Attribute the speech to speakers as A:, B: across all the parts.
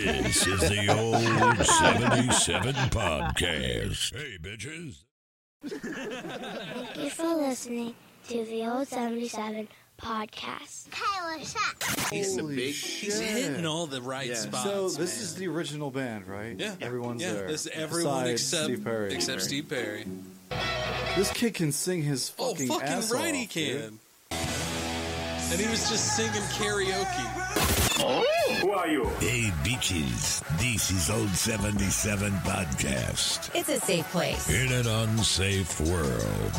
A: This is the old 77 podcast. Hey, bitches.
B: Thank you for listening to the Old 77 podcast.
C: Kyler Shack.
D: He's a
E: Holy
D: big. He's
E: shit.
D: hitting all the right
E: Yeah.
D: spots.
E: So this
D: man.
E: is the original band, right?
D: yeah,
E: everyone's
D: yeah.
E: there.
D: This is everyone
E: besides
D: except
E: Steve Perry.
D: except Steve Perry.
E: This kid can sing his
D: Oh,
E: fucking,
D: fucking,
E: ass
D: right,
E: off,
D: he can.
E: dude.
D: And he was just singing karaoke.
F: Oh.
A: Hey, bitches. This is old 77 podcast.
G: It's a safe place.
A: In an unsafe world.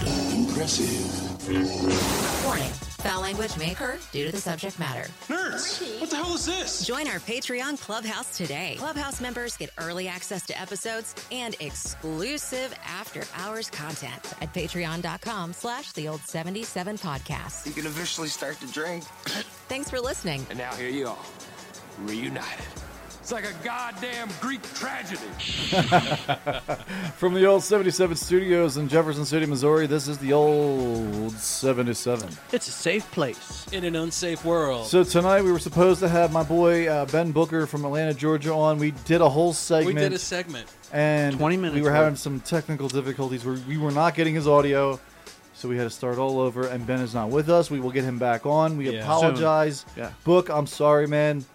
G: Warning. Foul language may occur due to the subject matter.
D: Nerds, what the hell is this?
G: Join our Patreon clubhouse today. Clubhouse members get early access to episodes and exclusive after hours content at patreon.com slash the old 77 podcast.
H: You can officially start to drink.
G: Thanks for listening.
H: And now here you are, reunited.
I: It's like a goddamn Greek tragedy.
E: From the old 77 studios in Jefferson City, Missouri, this is the old 77.
F: It's a safe place.
D: In an unsafe world.
E: So tonight we were supposed to have my boy uh, Ben Booker from Atlanta, Georgia on. We did a whole
D: we
E: segment.
D: did a segment.
E: and
F: 20 minutes
E: we were
F: worth.
E: having some technical difficulties where we were not getting his audio so we had to start all over and ben is not with us we will get him back on we
F: Yeah.
E: apologize
F: Soon. Yeah.
E: book i'm sorry man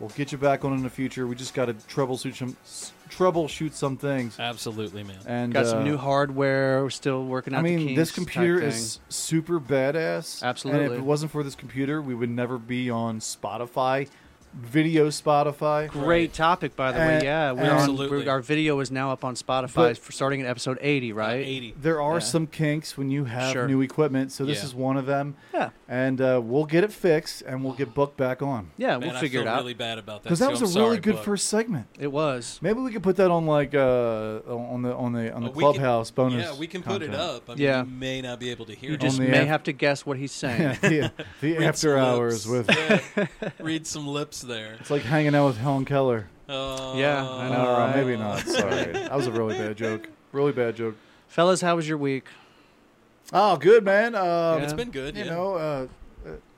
E: we'll get you back on in the future we just got to troubleshoot some s- troubleshoot some things
D: Absolutely, man.
E: and
F: Got
E: uh,
F: some new hardware. We're still working out.
E: I
F: the
E: mean,
F: kinks
E: this
F: type
E: computer
F: thing.
E: is super badass. And
F: Absolutely.
E: if it wasn't for this computer, we would never be on Spotify, video Spotify.
F: great topic, by the way.
E: Uh,
F: Yeah, we're on,
D: Absolutely.
F: we're- our video is now up on Spotify
E: But-
F: for starting at episode eighty,
D: Uh,
F: right?
D: 80.
E: There are
F: Yeah.
E: some kinks when you have
F: Sure.
E: new equipment, so this
D: Yeah.
E: is one of them.
F: Yeah.
E: And uh, we'll get it fixed, and we'll get Buck back on.
F: Yeah,
D: Man,
F: we'll figure
D: I
F: it
D: feel
F: out.
D: really bad about that.
E: Because that
D: too.
E: was
D: I'm
E: a
D: sorry,
E: really good
D: Buck.
E: first segment.
F: It was.
E: Maybe we could put that on like uh, on the on the on the
D: Uh, we can-
E: clubhouse bonus.
D: Yeah, we can put it
E: content.
D: up. I mean,
F: Yeah.
D: you may not be able to hear
F: You
D: it.
F: just
E: the
F: may
E: af-
F: have to guess what he's saying.
E: yeah, the, the after hours with it's
D: read some lips there.
E: like hanging out with Helen Keller.
D: Uh,
F: yeah, I know,
E: Uh,
F: right?
E: Maybe not. Sorry, that was a really bad joke. Really bad joke.
F: Fellas, how was your week?
E: Oh, good man. Um,
F: Yeah.
D: It's been good.
E: You
D: yeah.
E: know, uh,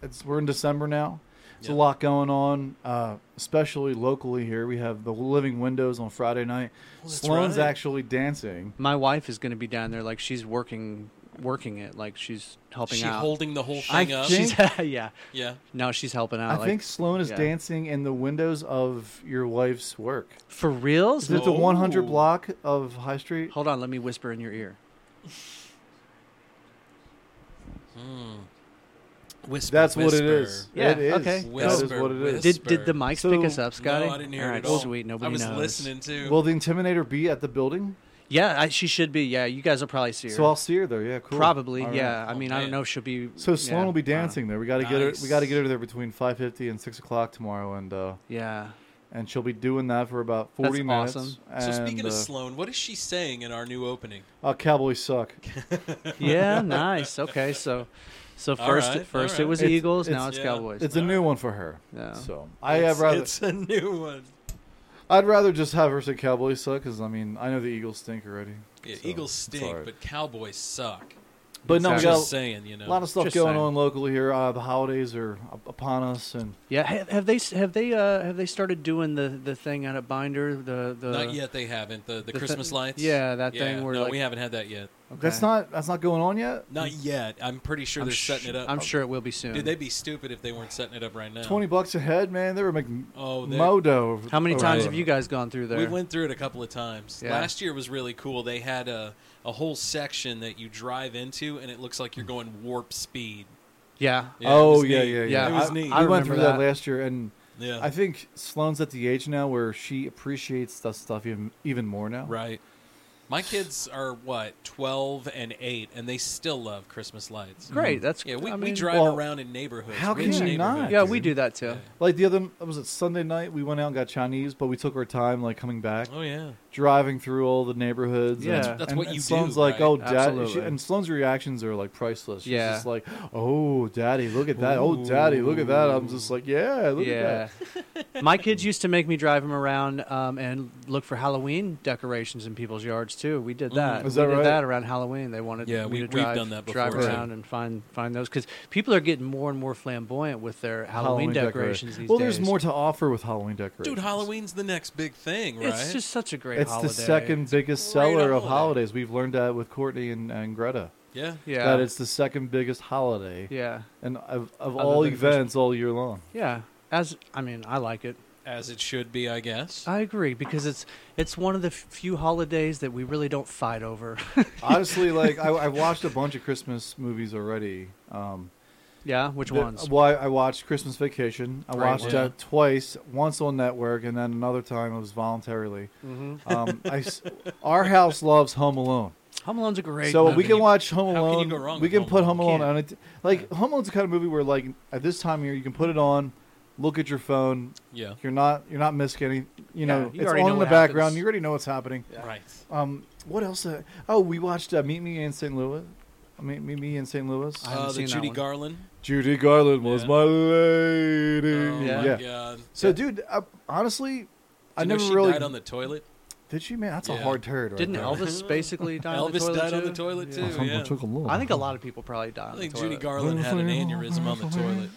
E: it's we're in December now. There's a
D: Yeah.
E: lot going on, uh, especially locally here. We have the Living Windows on Friday night.
D: Oh, that's
E: Sloan's
D: right.
E: actually dancing.
F: My wife is going to be down there. Like she's working, working it. Like she's helping
D: she
F: out.
D: holding the whole
F: I
D: thing up.
F: She's, yeah.
D: yeah.
F: No, she's helping out.
E: I
F: like,
E: think Sloan is
F: yeah.
E: dancing in the windows of your wife's work.
F: for real.
E: Is it the
D: Oh.
E: 100 block of High Street?
F: Hold on, let me whisper in your ear.
D: Hmm. Whisper,
E: That's what it
D: whisper.
E: is.
F: Yeah,
E: It is.
F: okay.
E: That is
D: Whisper,
E: what it is.
D: whisper.
F: Did did the mics
E: So-
F: pick us up, Scotty?
D: No, I didn't hear
F: All
D: it
F: right,
D: at all.
F: Sweet, nobody
D: I was
F: knows.
D: listening too.
E: Will the Intimidator be at the building?
F: Yeah, I, she should be. Yeah, you guys will probably see her.
E: So I'll see her there. Yeah, cool.
F: probably.
E: All right.
F: Yeah, I
D: Oh,
F: mean, I
D: man.
F: don't know if she'll be.
E: So Sloan
F: yeah,
E: will be
F: I don't know.
E: dancing there. We got to get her. We
D: Nice.
E: got to get her there between 5:50 and 6 o'clock tomorrow, and uh,
F: Yeah,
E: and she'll be doing that for about 40
F: That's
E: minutes.
F: awesome.
D: so speaking
E: and,
D: of
E: uh,
D: Sloan, what is she saying in our new opening?
E: Uh, Cowboys suck.
F: yeah, Uh, nice. Okay, so so
D: All
F: first
D: right,
F: first
D: all right.
F: it was
E: It's-
F: Eagles,
E: it's-
F: now it's
D: yeah.
F: Cowboys.
E: It's a new one for her.
F: Yeah.
E: So I
D: it's,
E: have rather
D: It's a new one.
E: I'd rather just have her say Cowboys suck because I mean I know the Eagles stink already.
D: Yeah,
E: so
D: Eagles
E: it's
D: stink,
E: alright.
D: but Cowboys suck.
E: but no, we
D: I'm
F: Exactly.
E: got
D: just saying, you know.
E: a lot of stuff
F: Just
E: going
F: saying.
E: on locally here. Uh, the holidays are up- upon us, and
F: yeah, have, have they have they uh, have they started doing the the thing out at Binder the the
D: Not yet. They haven't the
F: thi-
D: the, Christmas lights.
F: yeah, that thing where,
D: no,
F: like-
D: we haven't had that yet.
F: Okay.
E: that's not that's not going on yet.
D: Not yet. I'm pretty sure
F: Mm. I'm
D: they're
F: su-
D: setting it up.
F: I'm sure it will be soon.
D: Dude, they'd be stupid if they weren't setting it up right now.
E: Twenty bucks a head, man. They were making
D: Oh, they-
E: modo.
F: How many
E: over
F: times
E: there.
F: have you guys gone through there?
D: We went through it a couple of times.
F: Yeah.
D: Last year was really cool. They had a a whole section that you drive into, and it looks like you're going warp speed.
F: yeah,
D: Yeah, it
E: oh
D: was
E: yeah,
D: neat.
E: yeah,
F: Yeah,
E: yeah.
D: It was
E: I,
D: neat.
E: I,
F: I
E: went
F: remember
E: through that.
F: that.
E: last year, and
D: Yeah,
E: I think Sloan's at the age now where she appreciates that stuff even even more now.
D: right. My kids are what twelve and eight, and they still love Christmas lights.
E: Mm-hmm.
F: great. That's
D: Yeah, we,
F: I
D: we
F: mean,
D: drive
E: Well,
D: around in neighborhoods.
E: how
D: rich
E: can you not?
D: neighborhoods.
F: Yeah, we
E: dude.
F: do that too.
E: Like the other was it Sunday night? We went out and got Chinese, but we took our time, like coming back.
D: Oh yeah.
E: driving through all the neighborhoods.
F: Yeah.
E: and,
F: That's-
D: that's
E: and-
D: what
E: and
D: you
E: Sloane's
D: do,
E: like,
D: right?
E: oh, daddy,
F: Absolutely.
E: and Sloane's reactions are like priceless. She's
F: Yeah.
E: just like, oh, daddy, look at that. Oh, daddy, look at that. I'm just like, yeah, look at that.
F: yeah. My kids used to make me drive them around um, and look for Halloween decorations in people's yards too. We did that.
E: Is
F: we
E: that
F: did
E: right?
F: that around Halloween. They wanted
D: Mm. Yeah,
F: me
D: we-
F: to
D: we've
F: drive,
D: done that
F: drive
D: before, too.
F: around and find find those because people are getting more and more flamboyant with their Halloween, decorations
E: decora-
F: these
E: well,
F: days.
E: there's more to offer with Halloween decorations.
D: Dude, Halloween's the next big thing, right?
F: It's just such a great.
E: It's
F: holiday.
E: the second biggest
D: great
E: seller of
D: holiday.
E: holidays. We've learned that with Courtney and, and Greta.
D: yeah.
F: Yeah.
E: That it's the second biggest holiday,
F: Yeah.
E: and of, of
F: Other
E: all
F: than Christmas.
E: events, all year long.
F: Yeah. As I mean, I like it.
D: As it should be, I guess.
F: I agree because it's it's one of the few holidays that we really don't fight over.
E: Honestly, like I, I watched a bunch of Christmas movies already. Um,
F: yeah, which
E: that-
F: ones?
E: Well, I, I watched Christmas Vacation. I
F: Right,
E: watched
F: yeah.
E: that twice, once on network, and then another time it was voluntarily.
F: Mm-hmm.
E: Um, I s our house loves Home Alone.
F: Home Alone's a great.
E: so we
F: movie.
E: can watch Home
D: how can
E: Alone.
D: you go wrong
E: we
D: with
E: can
D: Home
E: put
D: Alone?
E: Home Alone
F: Can't.
E: on it. Like Home Alone's the kind of movie where, like, at this time of year, you can put it on, look at your phone.
D: Yeah.
E: You're not you're not missing any. You know,
F: you
E: it's on
F: already know
E: in the
F: what
E: background.
F: happens.
E: You already know what's happening.
D: Right.
E: Um, what else? Uh, oh, we watched uh, Meet Me in St. Louis. I mean, Meet Me in St. Louis.
F: I haven't
D: Uh, the
F: seen that
D: Judy
F: one.
D: Garland.
E: Judy Garland was
D: Yeah.
E: my lady.
D: Oh
F: Yeah.
D: my god.
E: So, dude, uh, honestly,
D: Do
E: I
D: you know
E: never
D: she
E: really
D: died on the toilet.
E: did. She man, that's a
D: Yeah.
E: hard turd. Right
F: Didn't
E: there.
F: Elvis basically die on the
D: Elvis
F: toilet
D: died on
F: too?
D: the toilet too.
E: Someone
D: Yeah.
E: took a look.
F: I think a lot of people probably die.
D: I
F: on
D: think
F: the
D: Judy
F: toilet.
D: Garland had an aneurysm on the toilet.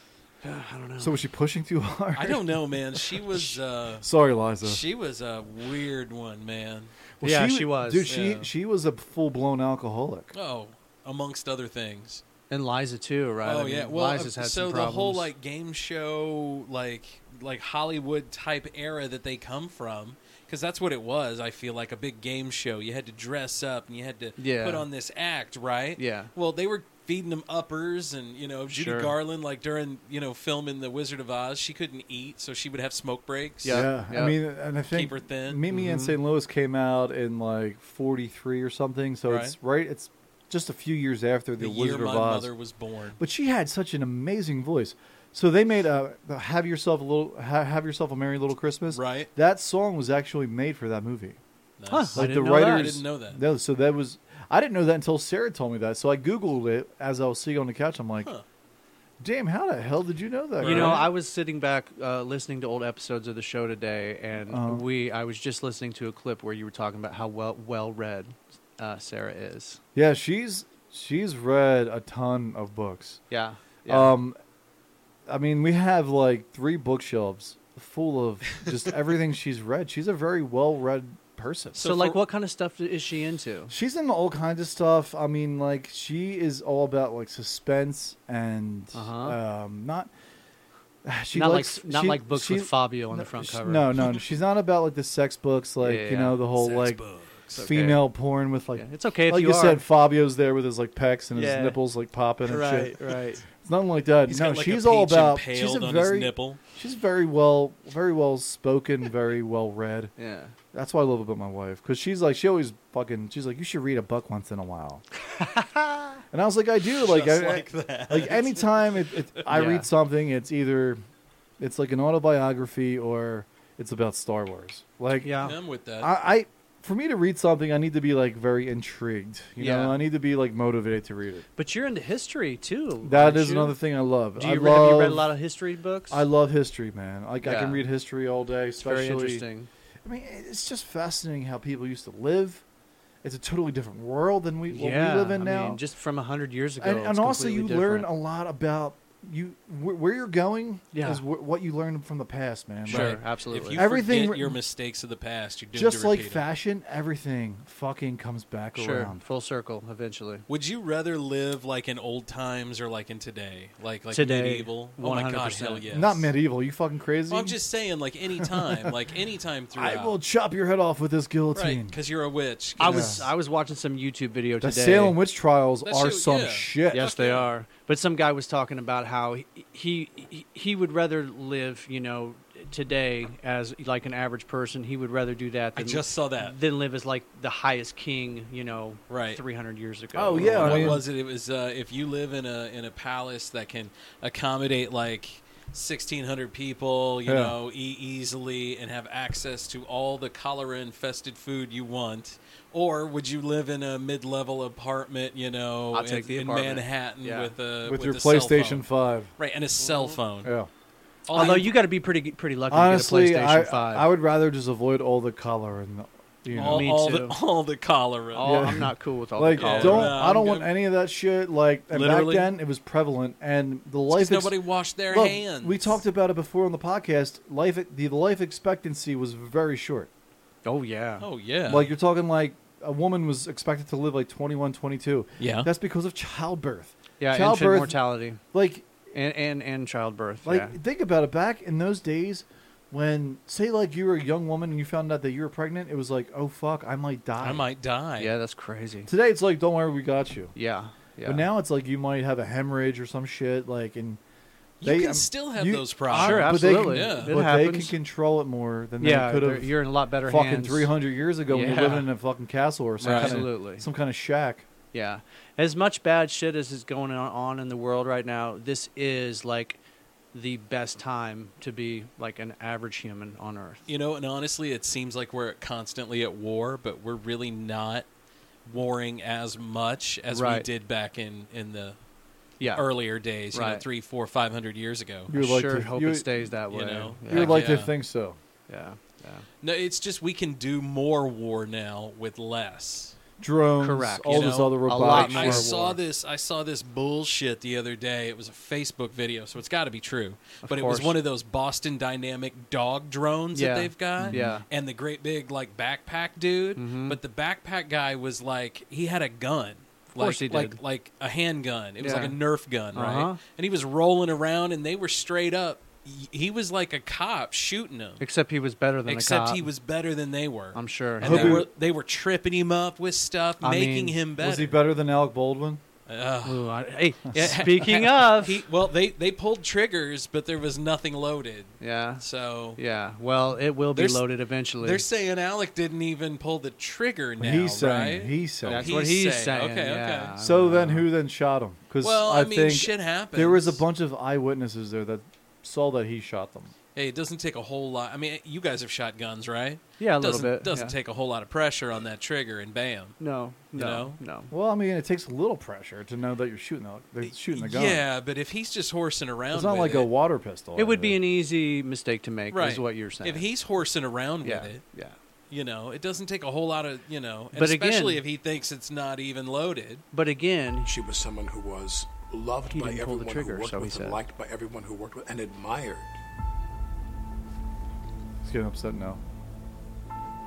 F: I don't know.
E: So was she pushing too hard?
D: I don't know, man. She was uh,
E: Sorry, Liza.
D: she was a weird one, man.
E: Well,
F: yeah, she was.
E: Dude, she
D: yeah.
E: she was a full blown alcoholic.
D: Oh, amongst other things.
F: and Liza too, right?
D: Oh
F: I mean,
D: yeah. Well,
F: Liza's
D: uh,
F: had
D: so
F: some
D: the whole
F: problems.
D: like game show, like like Hollywood type era that they come from, because that's what it was. I feel like a big game show. You had to dress up and you had to
F: Yeah.
D: put on this act, right?
F: Yeah.
D: Well, they were feeding them uppers, and you know Judy
F: Sure.
D: Garland, like during you know filming The Wizard of Oz, she couldn't eat, so she would have smoke breaks.
F: Yeah. Mm-hmm. yeah.
E: I mean, and I think
D: Keep her thin.
E: Meet Me in St. Louis came out in like '43 or something, so it's right. It's just a few years after the,
D: The, year
E: Wizard
D: my
E: of Oz.
D: mother was born.
E: But she had such an amazing voice. So they made a "Have Yourself a Little ha- Have Yourself a Merry Little Christmas."
D: Right.
E: That song was actually made for that movie.
D: Nice.
F: I
E: Like
F: didn't
E: the
F: know that. I
E: writers
D: didn't know that.
E: No, so that was I didn't know that until Sarah told me that. So I googled it as I was sitting on the couch. I'm like, "Damn, how the hell did you know that?"
F: You know,
E: girl?"
F: I was sitting back uh, listening to old episodes of the show today, and
E: Uh-huh.
F: we I was just listening to a clip where you were talking about how well well read uh, Sarah is.
E: Yeah, she's she's read a ton of books.
F: Yeah. yeah.
E: Um, I mean, we have like three bookshelves full of just everything she's read. She's a very well-read person.
F: so,
D: so
F: like,
D: for-
F: what kind of stuff is she into?
E: She's into all kinds of stuff. I mean, like she is all about like suspense and
F: Uh-huh.
E: um, not. She
F: not
E: likes,
F: like not
E: she-
F: like books
E: she-
F: with Fabio on the
E: no,
F: front
E: sh-
F: cover.
E: No, no, she's not about like the sex books, like
F: Yeah,
E: you know the whole
D: Sex
E: like
D: books.
F: okay.
E: female porn with like
F: Yeah, it's okay if
E: like
F: you
E: you
F: are.
E: said Fabio's there with his like pecs and
F: Yeah.
E: his nipples like popping and shit.
F: right.
E: It's nothing like that.
D: He's
E: no,
D: got, like, a
E: she's all
D: peach
E: about.
D: impaled
E: She's a
D: on his
E: very
D: nipple.
E: She's very well, very well spoken, very well read.
F: Yeah.
E: That's what I love about my wife because she's like she always fucking. She's like you should read a book once in a while. and I was like, I do like
D: Just
E: I,
D: like that.
E: Like anytime it, it, I
F: Yeah.
E: read something, it's either it's like an autobiography or it's about Star Wars. Like
F: Yeah.
D: I'm with that.
E: I, I for me to read something, I need to be like very intrigued. You
F: Yeah.
E: know, I need to be like motivated to read it.
F: But you're into history too.
E: That
F: aren't
E: is
F: you?
E: another thing I love.
F: Do
E: I
F: you, re-
E: love,
F: have you read a lot of history books?
E: I love history, man. Like I can
F: Yeah.
E: read history all day.
F: It's
E: Especially,
F: very interesting.
E: I mean, it's just fascinating how people used to live. It's a totally different world than we, what
F: yeah,
E: we live in
F: I
E: now.
F: mean, just from a hundred years ago,
E: and
F: it's
E: and also, you
F: completely
E: learn a
F: different.
E: lot about you wh- where you're going.
F: Yeah.
E: is wh- what you learned from the past, man.
F: Sure,
E: Like,
F: absolutely.
D: If you
E: Everything
D: forget
E: re-
D: your mistakes of the past, you're doomed
E: Just
D: to
E: like
D: repeat 'em.
E: fashion, everything fucking comes back
F: sure
E: around.
F: full circle eventually.
D: Would you rather live like in old times or like in today, like like
F: Today,
D: medieval? Oh my god,
F: 100%.
D: hell yes.
E: Not medieval. You fucking crazy.
D: Well, I'm just saying, like any time, like any time throughout.
E: I will chop your head off with this guillotine.
D: right because you're a witch.
F: I was I was watching some YouTube video
E: the
F: today.
E: Salem witch trials
D: That
E: are
D: shit-
E: some
D: yeah.
E: shit.
F: Yes, they are. But some guy was talking about how he, he he would rather live, you know, today as like an average person. He would rather do that
D: I
F: than
D: just saw that.
F: than live as like the highest king, you know,
D: Right.
F: 300 years ago.
E: Oh,
F: or
E: yeah, I
D: What
F: whatever.
E: mean-
D: was it? It was uh, if you live in a in a palace that can accommodate like 1600 people, you
E: Yeah.
D: know, eat easily and have access to all the cholera infested food you want? Or would you live in a mid level apartment, you know,
F: I'll
D: in,
F: take the
D: in
F: apartment.
D: Manhattan
F: Yeah. Mm-hmm.
D: with a
E: with, your
D: a cell
E: PlayStation
D: phone?
E: Five.
D: Right, and a cell phone.
E: Yeah.
D: All
F: Although
D: you-
F: you got to be pretty pretty lucky to
E: Honestly,
F: get a PlayStation
E: I,
F: Five.
E: I would rather just avoid all the color and the, you know.
D: all,
F: Me
D: all
F: too.
D: the all the cholera.
F: All-
E: Yeah.
F: Oh, I'm not cool with all
E: like
F: the cholera.
E: don't
D: no,
E: I don't
D: I'm
E: want
D: good.
E: any of that shit. Like and back
D: Literally.
E: then, it was prevalent, and the life.
D: 'Cause
E: ex-
D: nobody washed their
E: Look,
D: hands.
E: We talked about it before on the podcast. Life the life expectancy was very short.
F: Oh yeah.
D: Oh yeah.
E: Like you're talking like a woman was expected to live like 21, 22.
D: Yeah.
E: That's because of childbirth.
F: yeah. Infant
E: childbirth.
F: mortality
E: Like
F: and and and childbirth.
E: like
F: yeah.
E: think about it. Back in those days, when say like you were a young woman and you found out that you were pregnant, it was like oh fuck, I might die.
D: I might die.
F: yeah, that's crazy.
E: Today it's like don't worry, we got you.
F: Yeah. Yeah.
E: But now it's like you might have a hemorrhage or some shit. Like and
D: You
E: they
D: can
E: I'm-
D: still have
E: you-
D: those problems.
F: Sure,
E: but they can-
F: absolutely.
D: Yeah.
F: It
E: but they can
F: happens.
E: control it more than
F: yeah,
E: they could
F: they're-
E: have.
F: you're in a lot better
E: fucking
F: hands.
E: 300 years ago when
F: Yeah.
E: you're living in a fucking castle or some
D: Right.
E: kind
F: Absolutely.
E: of some kind of shack.
F: Yeah. As much bad shit as is going on- on in the world right now, this is like the best time to be like an average human on earth.
D: You know, and honestly, it seems like we're constantly at war, but we're really not warring as much as we
F: Right.
D: did back in in the
F: Yeah.
D: earlier days. You know,
F: Right.
D: three, four, five hundred years ago.
E: You would like
F: sure
E: to-
F: hope
E: you
F: it
E: would-
F: stays that
D: you
F: way.
D: know,
F: yeah.
E: You would like to
D: yeah.
E: think so.
F: yeah. yeah.
D: No, it's just we can do more war now with less.
E: Drones,
F: Correct.
E: all
D: You
E: this
D: know,
E: other
D: a
E: robotic.
F: lot
E: shit.
D: I
F: more.
D: saw this. I saw this bullshit the other day. It was a Facebook video, so it's got to be true. but it was
F: course.
D: one of those Boston Dynamic dog drones
F: Yeah.
D: that they've got.
F: Yeah.
D: And the great big like backpack dude,
F: Mm-hmm.
D: but the backpack guy was like he had a gun. Like,
F: course he did.
D: like like a handgun. It was
F: Yeah.
D: like a Nerf gun,
F: Uh-huh.
D: right? And he was rolling around, and they were straight up. y- He was like a cop shooting him,
F: Except he was better than
D: except
F: a cop.
D: he was better than they were.
F: I'm sure.
D: And
E: Hope
D: they
E: he-
D: were they were tripping him up with stuff,
F: I
D: making
F: mean,
D: him better.
E: Was he better than Alec Baldwin?
D: Ugh.
F: Ooh, I- hey, speaking of,
D: He, well, they they pulled triggers, but there was nothing loaded.
F: yeah,
D: So
F: yeah. Well, it will be
D: There's-
F: loaded eventually.
D: they're saying Alec didn't even pull the trigger now,
E: he's saying.
D: right?
E: He's saying.
F: That's
D: he's
F: what he's
D: saying.
F: saying.
D: Okay, okay.
F: yeah.
E: so then, who then shot him? Because
D: well,
E: I,
D: I, mean,
E: think
D: shit happens.
E: there was a bunch of eyewitnesses there that saw that he shot them.
D: Hey, it doesn't take a whole lot. I mean, you guys have shot guns, right?
F: Yeah, a little
D: doesn't,
F: bit,
D: Doesn't
F: yeah.
D: take a whole lot of pressure on that trigger, and bam.
F: No, no,
D: know?
F: no.
E: Well, I mean, it takes a little pressure to know that you're shooting. The, they're shooting the gun.
D: Yeah, but if he's just horsing around,
E: it's not
D: with
E: like a water pistol.
F: It would be an
E: an.
F: easy mistake to make.
D: right.
F: Is what you're saying.
D: If he's horsing around
F: yeah,
D: with it,
F: yeah.
D: you know, it doesn't take a whole lot of you know, and
F: But again-
D: especially if he thinks it's not even loaded.
F: But again,
C: She was someone who was loved
F: He
C: by
F: didn't pull the
C: everyone
F: trigger,
C: who worked
F: so he
C: with and
F: said.
C: liked by everyone who worked with and admired.
E: He's getting upset now.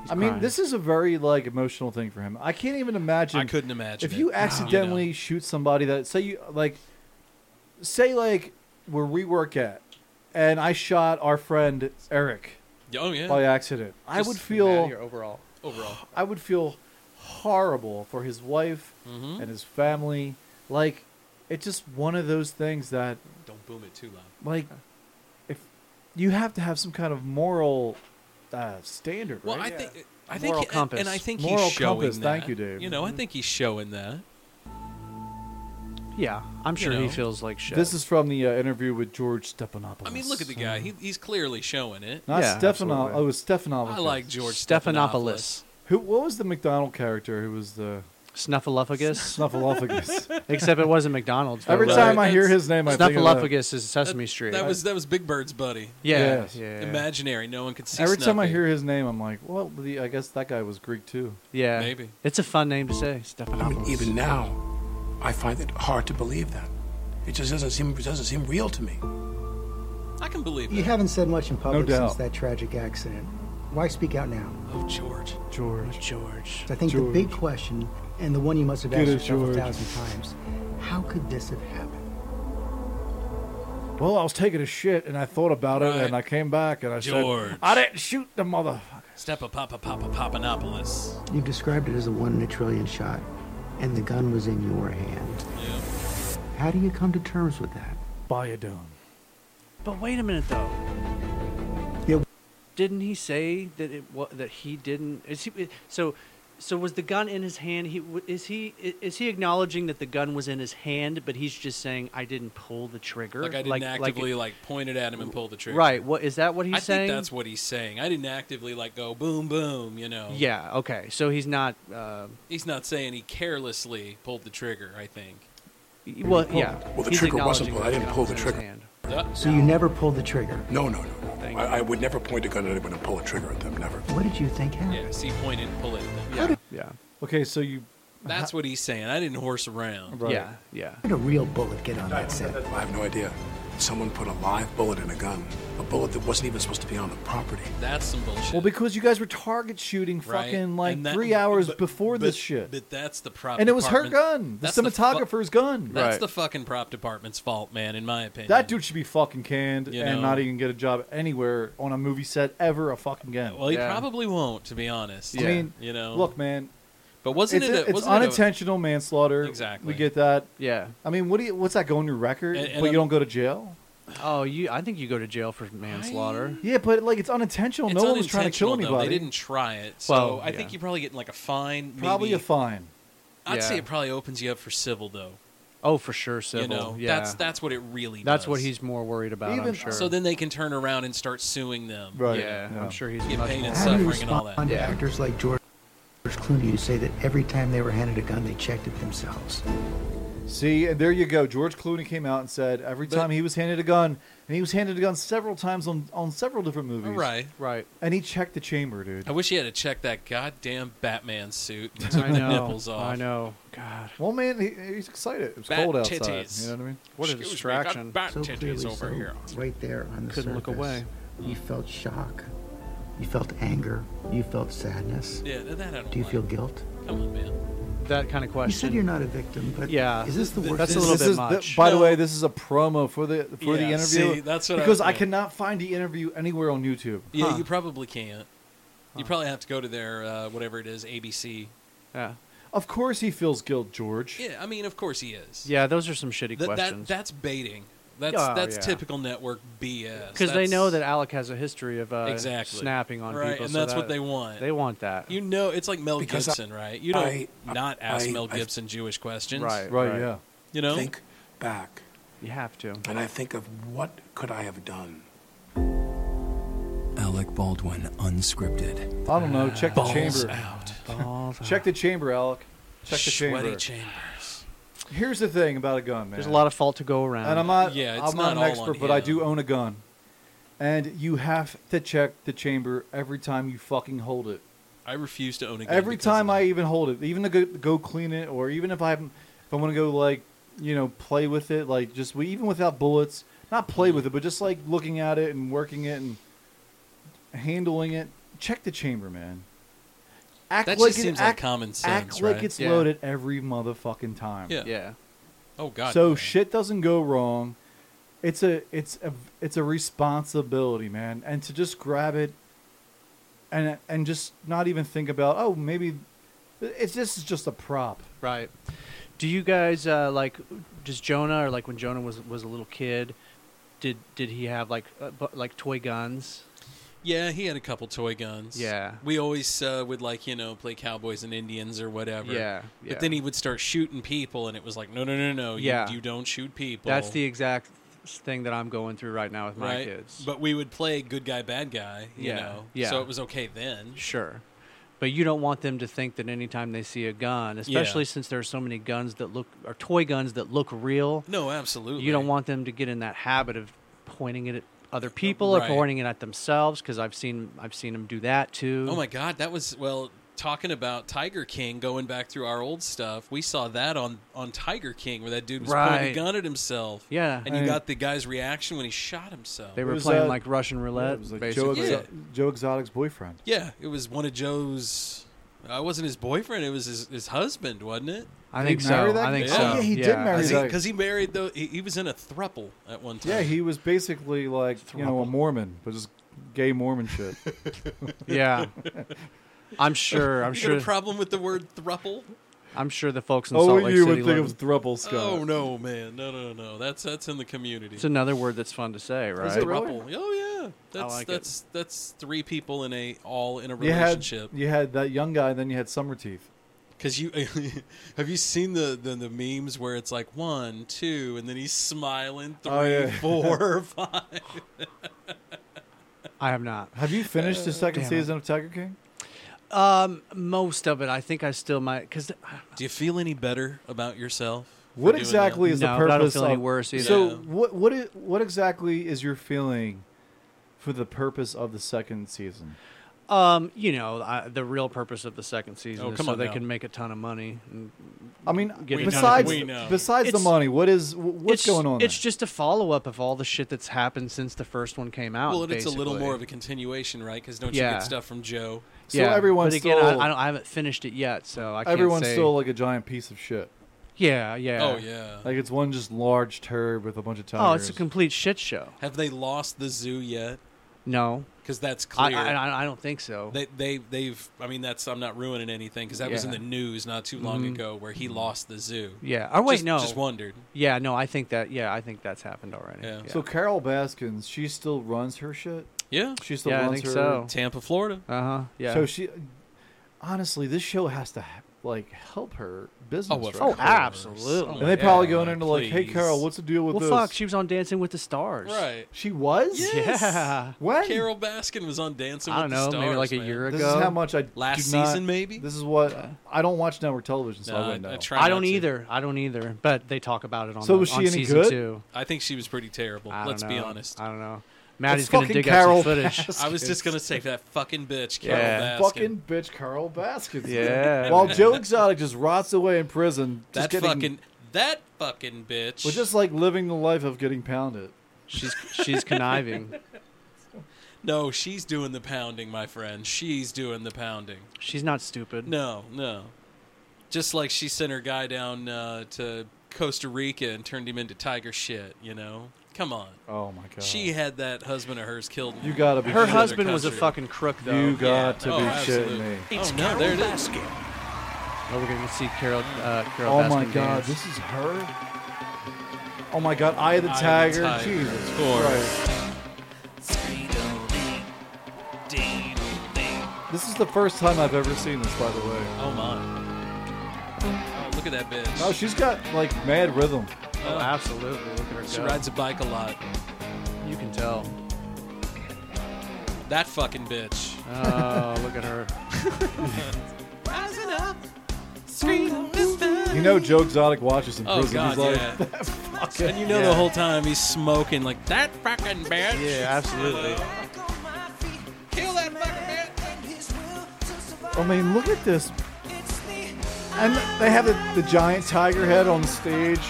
F: He's
E: I mean,
F: crying.
E: this is a very like emotional thing for him. I can't even imagine.
D: I couldn't imagine
E: if
D: it,
E: you
D: you
E: accidentally
D: know.
E: shoot somebody that say you like, say like where we work at, and I shot our friend Eric
D: Oh yeah,
E: by accident. I
D: Just
E: would feel
F: overall.
D: overall.
E: I would feel horrible for his wife
D: Mm-hmm.
E: and his family. Like, it's just one of those things that
D: Don't boom it too loud.
E: like, if you have to have some kind of moral uh, standard,
D: Well,
E: right?
D: I
E: Yeah.
D: think I think
F: Moral
D: and-
F: compass.
D: and I think
E: Moral
D: he's showing
E: compass,
D: that.
E: thank you, Dave.
D: You know,
F: Mm-hmm.
D: I think he's showing that.
F: Yeah, I'm sure
D: know.
F: he feels like shit.
E: This is from the uh, interview with George Stephanopoulos.
D: I mean, look at the guy.
F: Mm-hmm.
D: He, he's clearly showing it.
E: Not
F: Yeah,
E: Stephanopoulos.
F: absolutely.
E: Oh, it was Stephanopoulos.
D: I like George
F: Stephanopoulos,
D: Stephanopoulos.
E: Who? What was the McDonald character who was the
F: Snuffleupagus.
E: Snuffleupagus?
F: Except it wasn't McDonald's.
E: Every
F: though.
E: time
D: Right.
E: I hear
D: That's-
E: his name, I think of that.
F: Snuffleupagus is Sesame Street.
D: That was that was Big Bird's buddy.
F: yeah,
E: Yes.
F: yeah, yeah.
D: Imaginary. No one could see.
E: Every time I
D: Snuffy.
E: hear his name, I'm like, well, the, I guess that guy was Greek too.
F: yeah.
D: Maybe.
F: it's a fun name to say.
C: I mean,
F: Stephanopoulos.
C: even now, I find it hard to believe that. It just doesn't seem it doesn't seem real to me.
D: I can believe
J: You
D: that.
J: haven't said much in public
E: doubt.
J: since that tragic accident. Why speak out now?
D: Oh, George.
E: George.
F: George.
J: I think the big question, and the one you must have
E: Get
J: asked
E: it,
J: yourself
E: George.
J: a thousand times, how could this have happened?
E: Well, I was taking a shit and I thought about it
D: Right.
E: and I came back and I
D: George.
E: said, I didn't shoot the motherfucker.
D: Step a papa papa papanopoulos.
J: You've described it as a one in a trillion shot, and the gun was in your hand. How do you come to terms with that?
E: Biodome.
F: But wait a minute though.
J: Yeah.
F: Didn't he say that it wa- that he didn't? Is he, so So was the gun in his hand? He w- is he i- is he acknowledging that the gun was in his hand, but he's just saying I didn't pull the trigger.
D: Like I didn't actively like, point it at him and pull the trigger.
F: Right. What is that? What he's
D: I
F: saying?
D: think that's what he's saying. I didn't actively like go boom boom. You know.
F: Yeah. Okay. So he's not. Uh,
D: He's not saying he carelessly pulled the trigger. I think.
F: well, yeah.
C: Well, the
F: He's
C: trigger wasn't
F: acknowledging
C: pulled.
F: that
C: I
F: the
C: didn't
F: gun
C: pull
F: was
C: the
F: in his
C: trigger.
F: hand.
J: So you never pulled the trigger.
C: No, no, no. no. I, I would never point a gun at anyone and pull a trigger at them. Never.
J: What did you think happened?
D: Yeah. See, point it and pull it.
F: Yeah. Yeah.
E: Okay, so you.
D: That's what he's saying. I didn't horse around.
E: Right.
F: Yeah. Yeah.
J: How did a real bullet get on that set?
C: I have no idea. Someone put a live bullet in a gun. A bullet that wasn't even supposed to be on the property.
D: That's some bullshit.
E: Well, because you guys were target shooting
D: right?
E: fucking like
D: And that-
E: three hours
D: but-
E: before
D: but-
E: this shit.
D: But that's the prop.
E: and it was her
D: department-
E: gun, the
D: That's fu-
E: cinematographer's gun.
D: that's
F: Right.
D: the fucking prop department's fault, man. In my opinion,
E: That dude should be fucking canned
D: You
E: and
D: know.
E: not even get a job anywhere on a movie set ever a fucking game.
D: Well, he
F: Yeah.
D: probably won't, to be honest.
E: I mean,
D: you know,
E: look, man,
D: but wasn't
E: it's,
D: it? A,
E: it's
D: wasn't It a,
E: unintentional manslaughter.
D: Exactly.
E: we get that.
F: Yeah.
E: I mean, what do you? What's that go on your record?
D: And- and
E: but you
D: I'm-
E: don't go to jail.
F: Oh, you. I think you go to jail for manslaughter.
E: Yeah, but like it's unintentional.
D: it's
E: no one was trying to kill
D: unintentional, though.
E: anybody.
D: They didn't try it, so
F: Well,
D: I think
F: yeah.
D: you probably get like a fine.
E: Probably
D: maybe.
E: a fine.
D: I'd say
F: Yeah.
D: it probably opens you up for civil, though.
F: Oh, for sure, civil.
D: You know,
F: yeah.
D: that's that's what it really.
F: That's
D: does.
F: what he's more worried about. I'm
E: Even-
F: sure.
D: So then they can turn around and start suing them.
E: Right.
F: yeah,
E: yeah.
F: I'm sure he's
D: Get
F: much
D: paid
F: more.
D: and
J: How do you
D: suffering and all
J: respond
D: that.
J: to
F: Yeah.
J: actors like George George Clooney who say that every time they were handed a gun, they checked it themselves?
E: See, and there you go. George Clooney came out and said every
D: But-
E: time he was handed a gun, and he was handed a gun several times on on several different movies.
D: All right.
F: Right.
E: And he checked the chamber, dude.
D: I wish he had to check that goddamn Batman suit. and took
F: I
D: the
F: know.
D: nipples off.
F: I know. God.
E: Well, man, he, he's excited. It was
D: Bat
E: cold outside.
D: titties.
E: You know what I mean?
F: What a
D: Excuse me, I got
F: distraction.
D: bat
J: So
D: titties
J: clearly,
D: over
J: so
D: here.
J: right there on the
F: Couldn't look
J: surface,
F: away.
J: You felt shock. You felt anger. You felt sadness.
D: Yeah, that I don't.
J: Do you
D: like.
J: feel guilt?
D: Come on, man.
F: That kind of
J: You said
F: question.
J: you're not a victim, but
F: Yeah.
J: is this the worst?
F: That's a
J: this-
F: little
E: This
F: bit
E: is the-
F: much.
E: by the
D: No.
E: way, this is a promo for the for the
D: Yeah,
E: interview.
D: see, that's what I
E: because
D: was
E: I,
D: thinking.
E: cannot find the interview anywhere on YouTube.
D: Yeah,
F: Huh.
D: you probably can't. You probably have to go to their uh, whatever it is, ABC.
F: yeah.
E: Of course, he feels guilt, George.
D: Yeah, I mean, of course he is.
F: Yeah, those are some shitty
D: Th- that
F: questions.
D: that's baiting. That's
F: Oh,
D: that's
F: yeah.
D: typical network BS.
F: Because they
D: That's-
F: know that Alec has a history of uh,
D: Exactly.
F: snapping on
D: Right,
F: people,
D: and
F: so
D: that's
F: that-
D: what they want.
F: They want that.
D: you know it's like Mel
C: Because I-
D: Gibson, right? You don't
C: I-
D: not ask
C: I-
D: Mel
C: I-
D: Gibson Jewish questions,
F: Right.
E: Right, Yeah.
D: You know,
C: Think back,
F: you have to.
C: and I think of what could I have done.
H: Alec Baldwin, unscripted.
E: I don't know. Check the
D: balls
E: chamber.
D: out,
F: Balls out.
E: Check the chamber, Alec. Check the chamber.
D: sweaty chambers.
E: Here's the thing about a gun, man.
F: There's a lot of fault to go around.
E: and I'm not.
D: Yeah, it's
E: I'm not,
D: not
E: an
D: all
E: expert,
D: on
E: but I
D: him.
E: do own a gun. And you have to check the chamber every time you fucking hold it.
D: I refuse to own a gun
E: Every
D: because of
E: time
D: that.
E: I even hold it, even to go, go clean it, or even if I am if I want to go like you know play with it, like just we even without bullets, not play
D: Mm-hmm.
E: with it, but just like looking at it and working it and handling it. Check the chamber, man. Act
D: That just seems like common sense,
E: Act like
D: right?
E: it's
F: Yeah.
E: loaded every motherfucking time.
D: Yeah.
F: yeah.
D: oh god,
E: So
D: no.
E: shit doesn't go wrong. It's a it's a it's a responsibility, man. And to just grab it and and just not even think about oh maybe it's this is just a prop.
F: Right. Do you guys uh, like just Jonah or like when Jonah was was a little kid? Did did he have like uh, bu- like toy guns?
D: Yeah, he had a couple toy guns.
F: Yeah.
D: we always uh, would like you know play cowboys and Indians or whatever.
F: Yeah, yeah.
D: but then he would start shooting people, and it was like no, no, no, no. you-
F: Yeah.
D: you, don't shoot people.
F: That's the exact thing that I'm going through right now with my
D: right.
F: kids.
D: But we would play good guy, bad guy. You
F: Yeah,
D: know,
F: yeah.
D: So it was okay then.
F: sure. But you don't want them to think that anytime they see a gun, especially since there are so many guns that look or toy guns that look real,
D: No, absolutely.
F: you don't want them to get in that habit of pointing it at other people
D: Uh, Right.
F: or pointing it at themselves because I've seen I've seen them do that too.
D: Oh my God, that was well. Talking about Tiger King, going back through our old stuff, we saw that on on Tiger King where that dude was pointing a
F: Right.
D: gun at himself.
F: Yeah.
D: and you
E: Hey.
D: got the guy's reaction when he shot himself.
F: They were
E: was,
F: playing
E: uh,
F: like Russian roulette.
E: It was like
F: basically.
E: Joe, Exo-
D: Yeah.
E: Joe Exotic's boyfriend.
D: Yeah, it was one of Joe's. I wasn't his boyfriend. It was his, his husband, wasn't it?
F: I
E: Did
F: think
E: he marry
F: so.
E: that
F: I think
D: guy?
F: so.
D: Oh, yeah,
E: he did marry
D: Because
F: that.
E: that guy.
D: he,
E: Right.
D: 'cause he married though he, he was in a thruple at one time.
E: Yeah, he was basically like you know a Mormon, but just gay Mormon shit.
F: Yeah. I'm sure. I'm
D: You got
F: sure.
D: a problem with the word thruple?
F: I'm sure the folks in
E: oh,
F: Salt Lake
E: you would
F: City.
E: think it
F: love
E: was
F: it.
E: thruple, Scott.
D: Oh no, man, no, no, no. That's that's in the community.
F: It's another word that's fun to say, right?
E: it really?
D: Thruple. Oh Yeah, that's
F: like it.
D: that's that's three people in a all in a
E: You had
D: relationship.
E: you had that young guy, and then you had Summer Teeth.
D: Cause you have you seen the, the the memes where it's like one, two, and then he's smiling three,
E: Oh, yeah.
D: four, five.
F: I have not.
E: Have you finished the second
F: Uh, damn it.
E: season of Tiger King?
F: Um, most of it, I think I still might because
D: Do you feel any better about yourself? for
E: What
D: doing
E: exactly
D: that?
E: is
F: No,
E: the
F: but I don't
E: purpose?
F: feel any
E: of-
F: worse either.
E: So
D: Yeah.
E: what what i- what exactly is your feeling for the purpose of the second season?
F: um, you know, I, the real purpose of the second season
D: Oh,
F: is
D: come
F: so
D: on
F: they
D: now.
F: can make a ton of money. And
E: I mean,
F: Get it done.
E: besides
D: We know.
E: besides the
F: It's-
E: money, what is wh- what's
F: it's,
E: going on?
F: It's
E: there?
F: just a follow up of all the shit that's happened since the first one came out.
D: Well, and it's a little
F: basically.
D: more of a continuation, right? Because don't you
F: Yeah.
D: get stuff from Joe?
E: So everyone's
F: but again, I-
E: still-
F: I, don't, I haven't finished it yet, so I can't
E: everyone's
F: say-
E: still like a giant piece of shit.
F: yeah, yeah.
D: Oh yeah.
E: Like it's one just large turd with a bunch of tigers.
F: Oh, it's a complete shit show.
D: Have they lost the zoo yet?
F: No,
D: Because that's
F: I,
D: clear.
F: I, I- I don't think so.
D: they, they they've. I mean, that's. I'm not ruining anything because that was in
F: Yeah. Mm-hmm.
D: the news not too long ago where he lost the zoo.
F: yeah. Oh wait,
D: Just-
F: no.
D: Just wondered.
F: Yeah, no. I think that. Yeah, I think that's happened already.
D: Yeah.
E: So Carol Baskins, she still runs her shit.
D: Yeah.
E: She still
F: Yeah, I
E: runs
F: think
E: her.
F: so.
D: Tampa, Florida.
F: Uh huh. Yeah.
E: So she, honestly, this show has to ha- like help her business.
D: of
E: right?
F: oh,
D: course.
F: absolutely.
E: and they probably
D: Yeah,
E: going into like, hey
D: please.
E: Carol, what's the deal with
F: well,
E: this?
F: fuck. She was on Dancing with the Stars.
D: Right.
E: She was?
D: Yes.
F: Yeah.
E: When?
D: Carol Baskin was on Dancing
F: I
D: with
F: don't know.
D: the Stars.
F: maybe like a
D: man.
F: year ago.
E: This is how much I
D: Last
E: do not-
D: season, maybe?
E: This is what I don't watch network television, so I
D: Nah,
E: wouldn't know.
D: I, try
F: I
D: not
F: don't
D: to.
F: either. I don't either. But they talk about it on.
E: So
F: the,
E: was she
F: on
E: any
F: season
E: good?
F: Two.
D: I think she was pretty terrible.
F: I don't
D: Let's be
F: know.
D: honest.
F: I don't know. Maddie's
E: It's
F: gonna
E: fucking
F: dig
E: Carol
F: up some footage.
E: Baskins.
D: I was just gonna say that fucking bitch, Carol
F: Yeah.
D: Baskin.
E: fucking bitch, Carl Baskins.
F: Yeah.
E: While Joe Exotic just rots away in prison, just
D: that
E: getting,
D: fucking that fucking bitch.
E: well, just like living the life of getting pounded.
F: she's she's conniving.
D: no, she's doing the pounding, my friend. She's doing the pounding.
F: She's not stupid.
D: No, no. Just like she sent her guy down uh, to Costa Rica and turned him into tiger shit. You know, come on.
E: Oh my god.
D: She had that husband of hers killed.
E: You gotta be.
F: Her
E: shitting-
F: husband was a
D: country.
F: fucking crook, though.
E: You got to
D: Oh,
E: be
D: absolutely.
E: shitting me.
D: Oh no, there it is.
F: Oh, we're gonna see Carol. Uh, Carol
E: Oh my
F: Baskin
E: god,
F: dance.
E: this is her. Oh my god, Eye of the
D: Eye of the
E: Tiger.
D: Tiger,
E: Jesus
D: of course.
E: Christ. This is the first time I've ever seen this, by the way.
D: Oh my. Oh, look at that bitch.
E: Oh, she's got like mad rhythm.
F: Oh, absolutely. Look at her.
D: She
F: go.
D: rides a bike a lot.
F: You can tell.
D: That fucking bitch.
F: Oh, look at her.
D: Rising up. Scream this
E: You know, Joe Exotic watches in
D: Oh
E: prison.
D: god,
E: He's like,
D: yeah. and you know
F: Yeah.
D: the whole time he's smoking like that fucking bitch.
F: Yeah, absolutely.
D: Kill that fucking
E: I mean, look at this. And they have the, the giant tiger head on stage.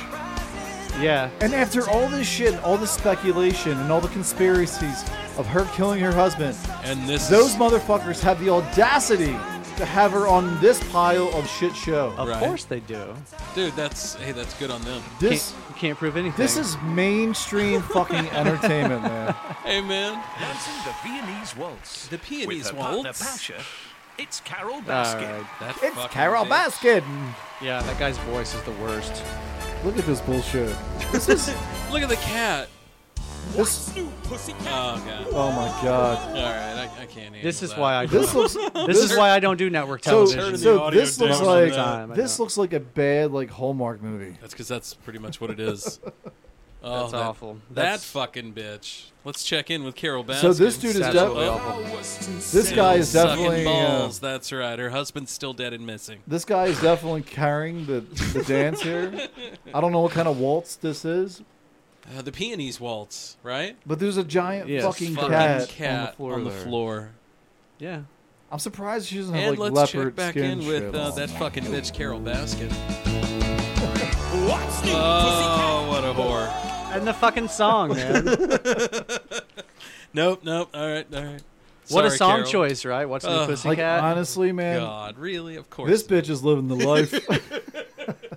F: Yeah.
E: And after all this shit, all the speculation, and all the conspiracies of her killing her husband,
D: bitch. And this
E: those
D: is,
E: motherfuckers have the audacity to have her on this pile of shit show.
F: Of
D: Right.
F: course they do.
D: dude, that's hey, that's good on them.
E: This
F: can't, you can't prove anything.
E: this is mainstream fucking entertainment, man.
D: Hey man,
H: Dancing the Viennese waltz.
D: The Viennese
H: With her partner,
D: waltz.
H: Pasha, it's Carol
F: All
H: Baskin.
F: right.
D: that
E: It's
D: fucking
E: Carol
D: bitch.
E: Baskin.
F: Yeah, that guy's voice is the worst.
E: Look at this bullshit. This is
D: Look at the cat.
E: this.
D: Oh god. All
E: Oh my god.
D: right, I, I can't. handle
F: This is
D: that.
F: why I.
E: This
F: This,
E: looks.
F: this is why I don't do network
E: So,
F: television.
E: so
D: audio
E: this
D: down
E: looks
D: on
E: like
D: that.
F: Time, I
E: this
F: know.
E: looks like a bad like Hallmark movie.
D: That's because that's pretty much what it is. Oh,
F: That's
D: that-
F: awful.
D: That
F: That's-
D: fucking bitch. Let's check in with Carol Baskin.
E: So this dude is
F: That's
E: de-
F: what we all-
E: this guy is
D: Sucking
E: definitely uh,
D: balls. That's right. Her husband's still dead and missing.
E: this guy is definitely carrying the the dance here. I don't know what kind of waltz this is,
D: Uh, the peonies waltz, right?
E: but there's a giant
F: Yes,
E: fucking,
D: Fucking
E: cat,
D: cat,
E: on the floor. there.
D: floor.
F: Yeah.
E: I'm surprised she doesn't have
D: And
E: like
D: let's
E: leopard
D: check back
E: skin
D: in with
E: shit Oh
D: uh,
E: on.
D: that fucking bitch Carol Baskin. oh, what a whore!
F: And the fucking song, man.
D: Nope, nope. All right, all right.
F: what a
D: Sorry,
F: song
D: Carol.
F: choice, right? What's new,
D: Ugh.
E: Like
F: pussycat?
E: honestly, man,
D: God, really? Of course.
E: this bitch is living the life.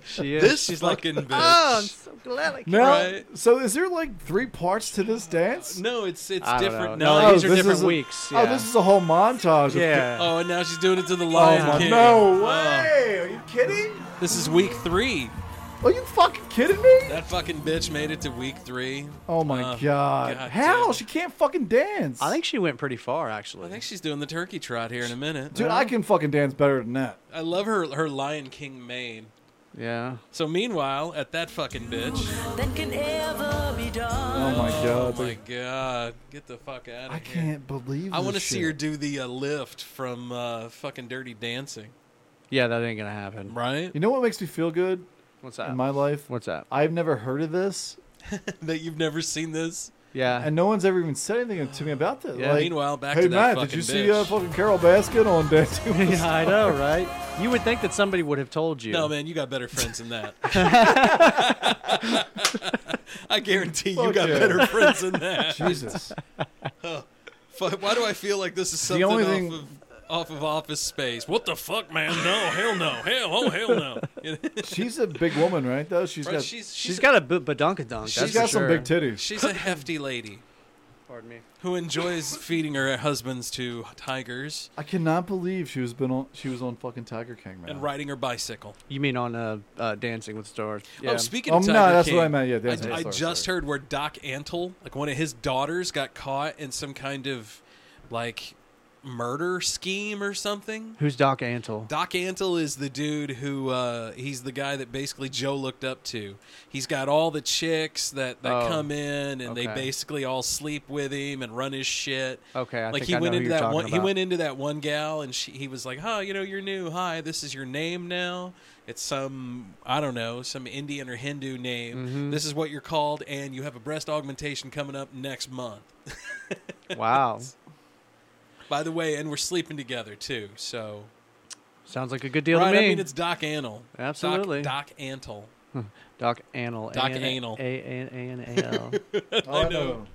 F: she is.
D: This
F: She's like,
D: fucking bitch.
F: oh, I'm so glad I came.
E: now,
D: Right.
E: so is there like three parts to this dance?
D: no, it's it's
F: I don't
D: different.
F: know.
D: No,
F: No,
D: these
F: these are
E: this
F: different
E: is a-
F: weeks,
E: Oh,
F: yeah.
E: this is a whole montage. of-
F: Yeah.
D: Oh, and now she's doing it to the
E: Oh
D: Lion
E: my!
D: King.
E: No
D: Oh,
E: way! Are you kidding?
D: this is week three.
J: Are you fucking kidding me?
D: That fucking bitch made it to week three.
J: Oh my
D: Uh,
J: god.
D: God
J: How?
D: damn.
J: She can't fucking dance.
F: I think she went pretty far, actually.
D: I think she's doing the turkey trot here in a minute.
J: Dude, I can fucking dance better than that.
D: I love her her Lion King mane.
F: yeah.
D: So meanwhile, at that fucking bitch.
J: Oh my
D: Oh
J: god.
D: my
J: dude.
D: god! Get the fuck out of
J: I
D: here!
J: can't believe
D: I
J: this
D: want to see
J: shit.
D: her do the uh, lift from uh, fucking Dirty Dancing,
F: Yeah, that ain't going to happen.
D: right?
J: You know what makes me feel good
F: What's that?
J: in my life?
F: What's that?
J: I've never heard of this,
D: that you've never seen this.
F: Yeah.
J: and no one's ever even said anything to me about this.
F: Yeah,
J: like,
D: Meanwhile, back
J: hey
D: to that
J: Matt, did
D: fucking
J: you
D: bitch.
J: see uh, fucking Carol Baskin on Dancing? with the
F: yeah, I know, right? You would think that somebody would have told you.
D: No, man, you got better friends than that. I guarantee you
J: Fuck
D: got
J: yeah.
D: better friends than that.
J: Stars? Jesus.
D: Fuck, Why do I feel like this is something
J: only
D: off,
J: thing-
D: of, off of Office Space? What the fuck, man? No, hell no, hell, oh hell no.
J: She's a big woman, right? Though she's
D: Bro,
J: got
D: she's
F: she's
D: she's
F: got a b- badunkadunk.
D: She's
J: she's
F: that's
J: got
F: for
J: some
F: sure.
J: big titties.
D: she's a hefty lady
F: Pardon me.
D: who enjoys feeding her husbands to tigers
J: I cannot believe she was been on. She was on fucking Tiger King, man.
D: and riding her bicycle.
F: You mean on uh, uh, Dancing with Stars? Yeah.
D: Oh, speaking
J: Oh,
D: of
J: no,
D: Tiger
J: that's
D: King,
J: what I meant, yeah, Dancing
D: I,
J: with
D: I
J: Stars,
D: just heard where Doc Antle, like one of his daughters, got caught in some kind of like murder scheme or something.
F: Who's Doc Antle?
D: Doc Antle is the dude who uh, he's the guy that basically Joe looked up to. He's got all the chicks that, that
F: Oh,
D: come in and they
F: okay.
D: basically all sleep with him and run his shit.
F: Okay, I
D: like
F: think
D: he
F: I know
D: went
F: who
D: into
F: you're
D: that
F: talking
D: one. He
F: about.
D: went into that one gal and she, he was like, "Oh, you know, you're new. Hi, this is your name now. It's some I don't know, some Indian or Hindu name.
F: Mm-hmm.
D: This is what you're called, and you have a breast augmentation coming up next month.
F: Wow,
D: By the way, and we're sleeping together too. So
F: sounds like a good deal
D: right,
F: to me.
D: I mean, it's Doc Antle.
F: Absolutely. Hmm.
D: Doc, Doc Antle.
F: Doc Antle.
D: Doc
F: A-N-
D: Anal.
F: A-N-A-N-A-L.
J: I
D: know.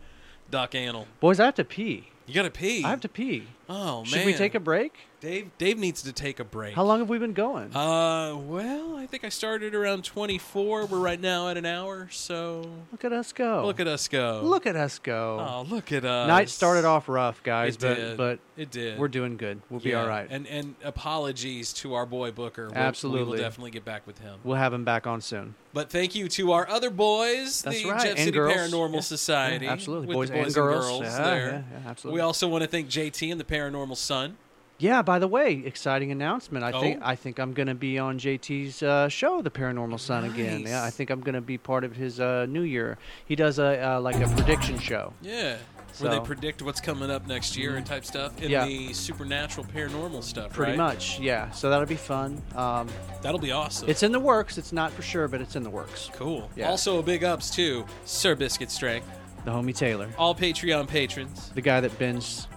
D: Doc Antle.
F: Boys, I have to pee.
D: You gotta pee.
F: I have to pee.
D: Oh man.
F: Should we take a break?
D: Dave? Dave needs to take a break.
F: How long have we been going?
D: Uh, well, I think I started around 24. We're right now at an hour, so
F: Look at us go.
D: look at us go.
F: Look at us go.
D: oh, look at us.
F: Night started off rough, guys,
D: It
F: but
D: did.
F: but
D: It did.
F: we're doing good. We'll be
D: Yeah.
F: all right.
D: And and apologies to our boy Booker. We'll- we will
F: Absolutely.
D: definitely get back with him.
F: we'll have him back on soon.
D: But thank you to our other boys,
F: That's
D: the
F: right,
D: Jeff
F: and
D: City
F: girls.
D: Paranormal
F: Yeah,
D: Society.
F: yeah, absolutely.
D: with
F: Boys
D: the
F: and
D: boys and
F: girls. Yeah,
D: there.
F: yeah, yeah, absolutely.
D: We also want to thank JT and the Paranormal Sun.
F: Yeah. By the way, exciting announcement. I think
D: Oh.
F: I think I'm going to be on JT's uh, show, The Paranormal Sun, again. Yeah. I
D: Nice.
F: think I'm going to be part of his uh, New Year. He does a uh, like a prediction show.
D: Yeah. Where they
F: So-
D: predict what's coming up next year and type stuff in
F: Yeah.
D: the supernatural paranormal stuff,
F: Pretty
D: right?
F: much, yeah. So that'll be fun. Um,
D: That'll be awesome.
F: it's in the works. It's not for sure, but it's in the works.
D: Cool.
F: Yeah.
D: Also, big ups to Sir Biscuit Strength,
F: The homie Taylor,
D: all Patreon patrons
F: the guy that bends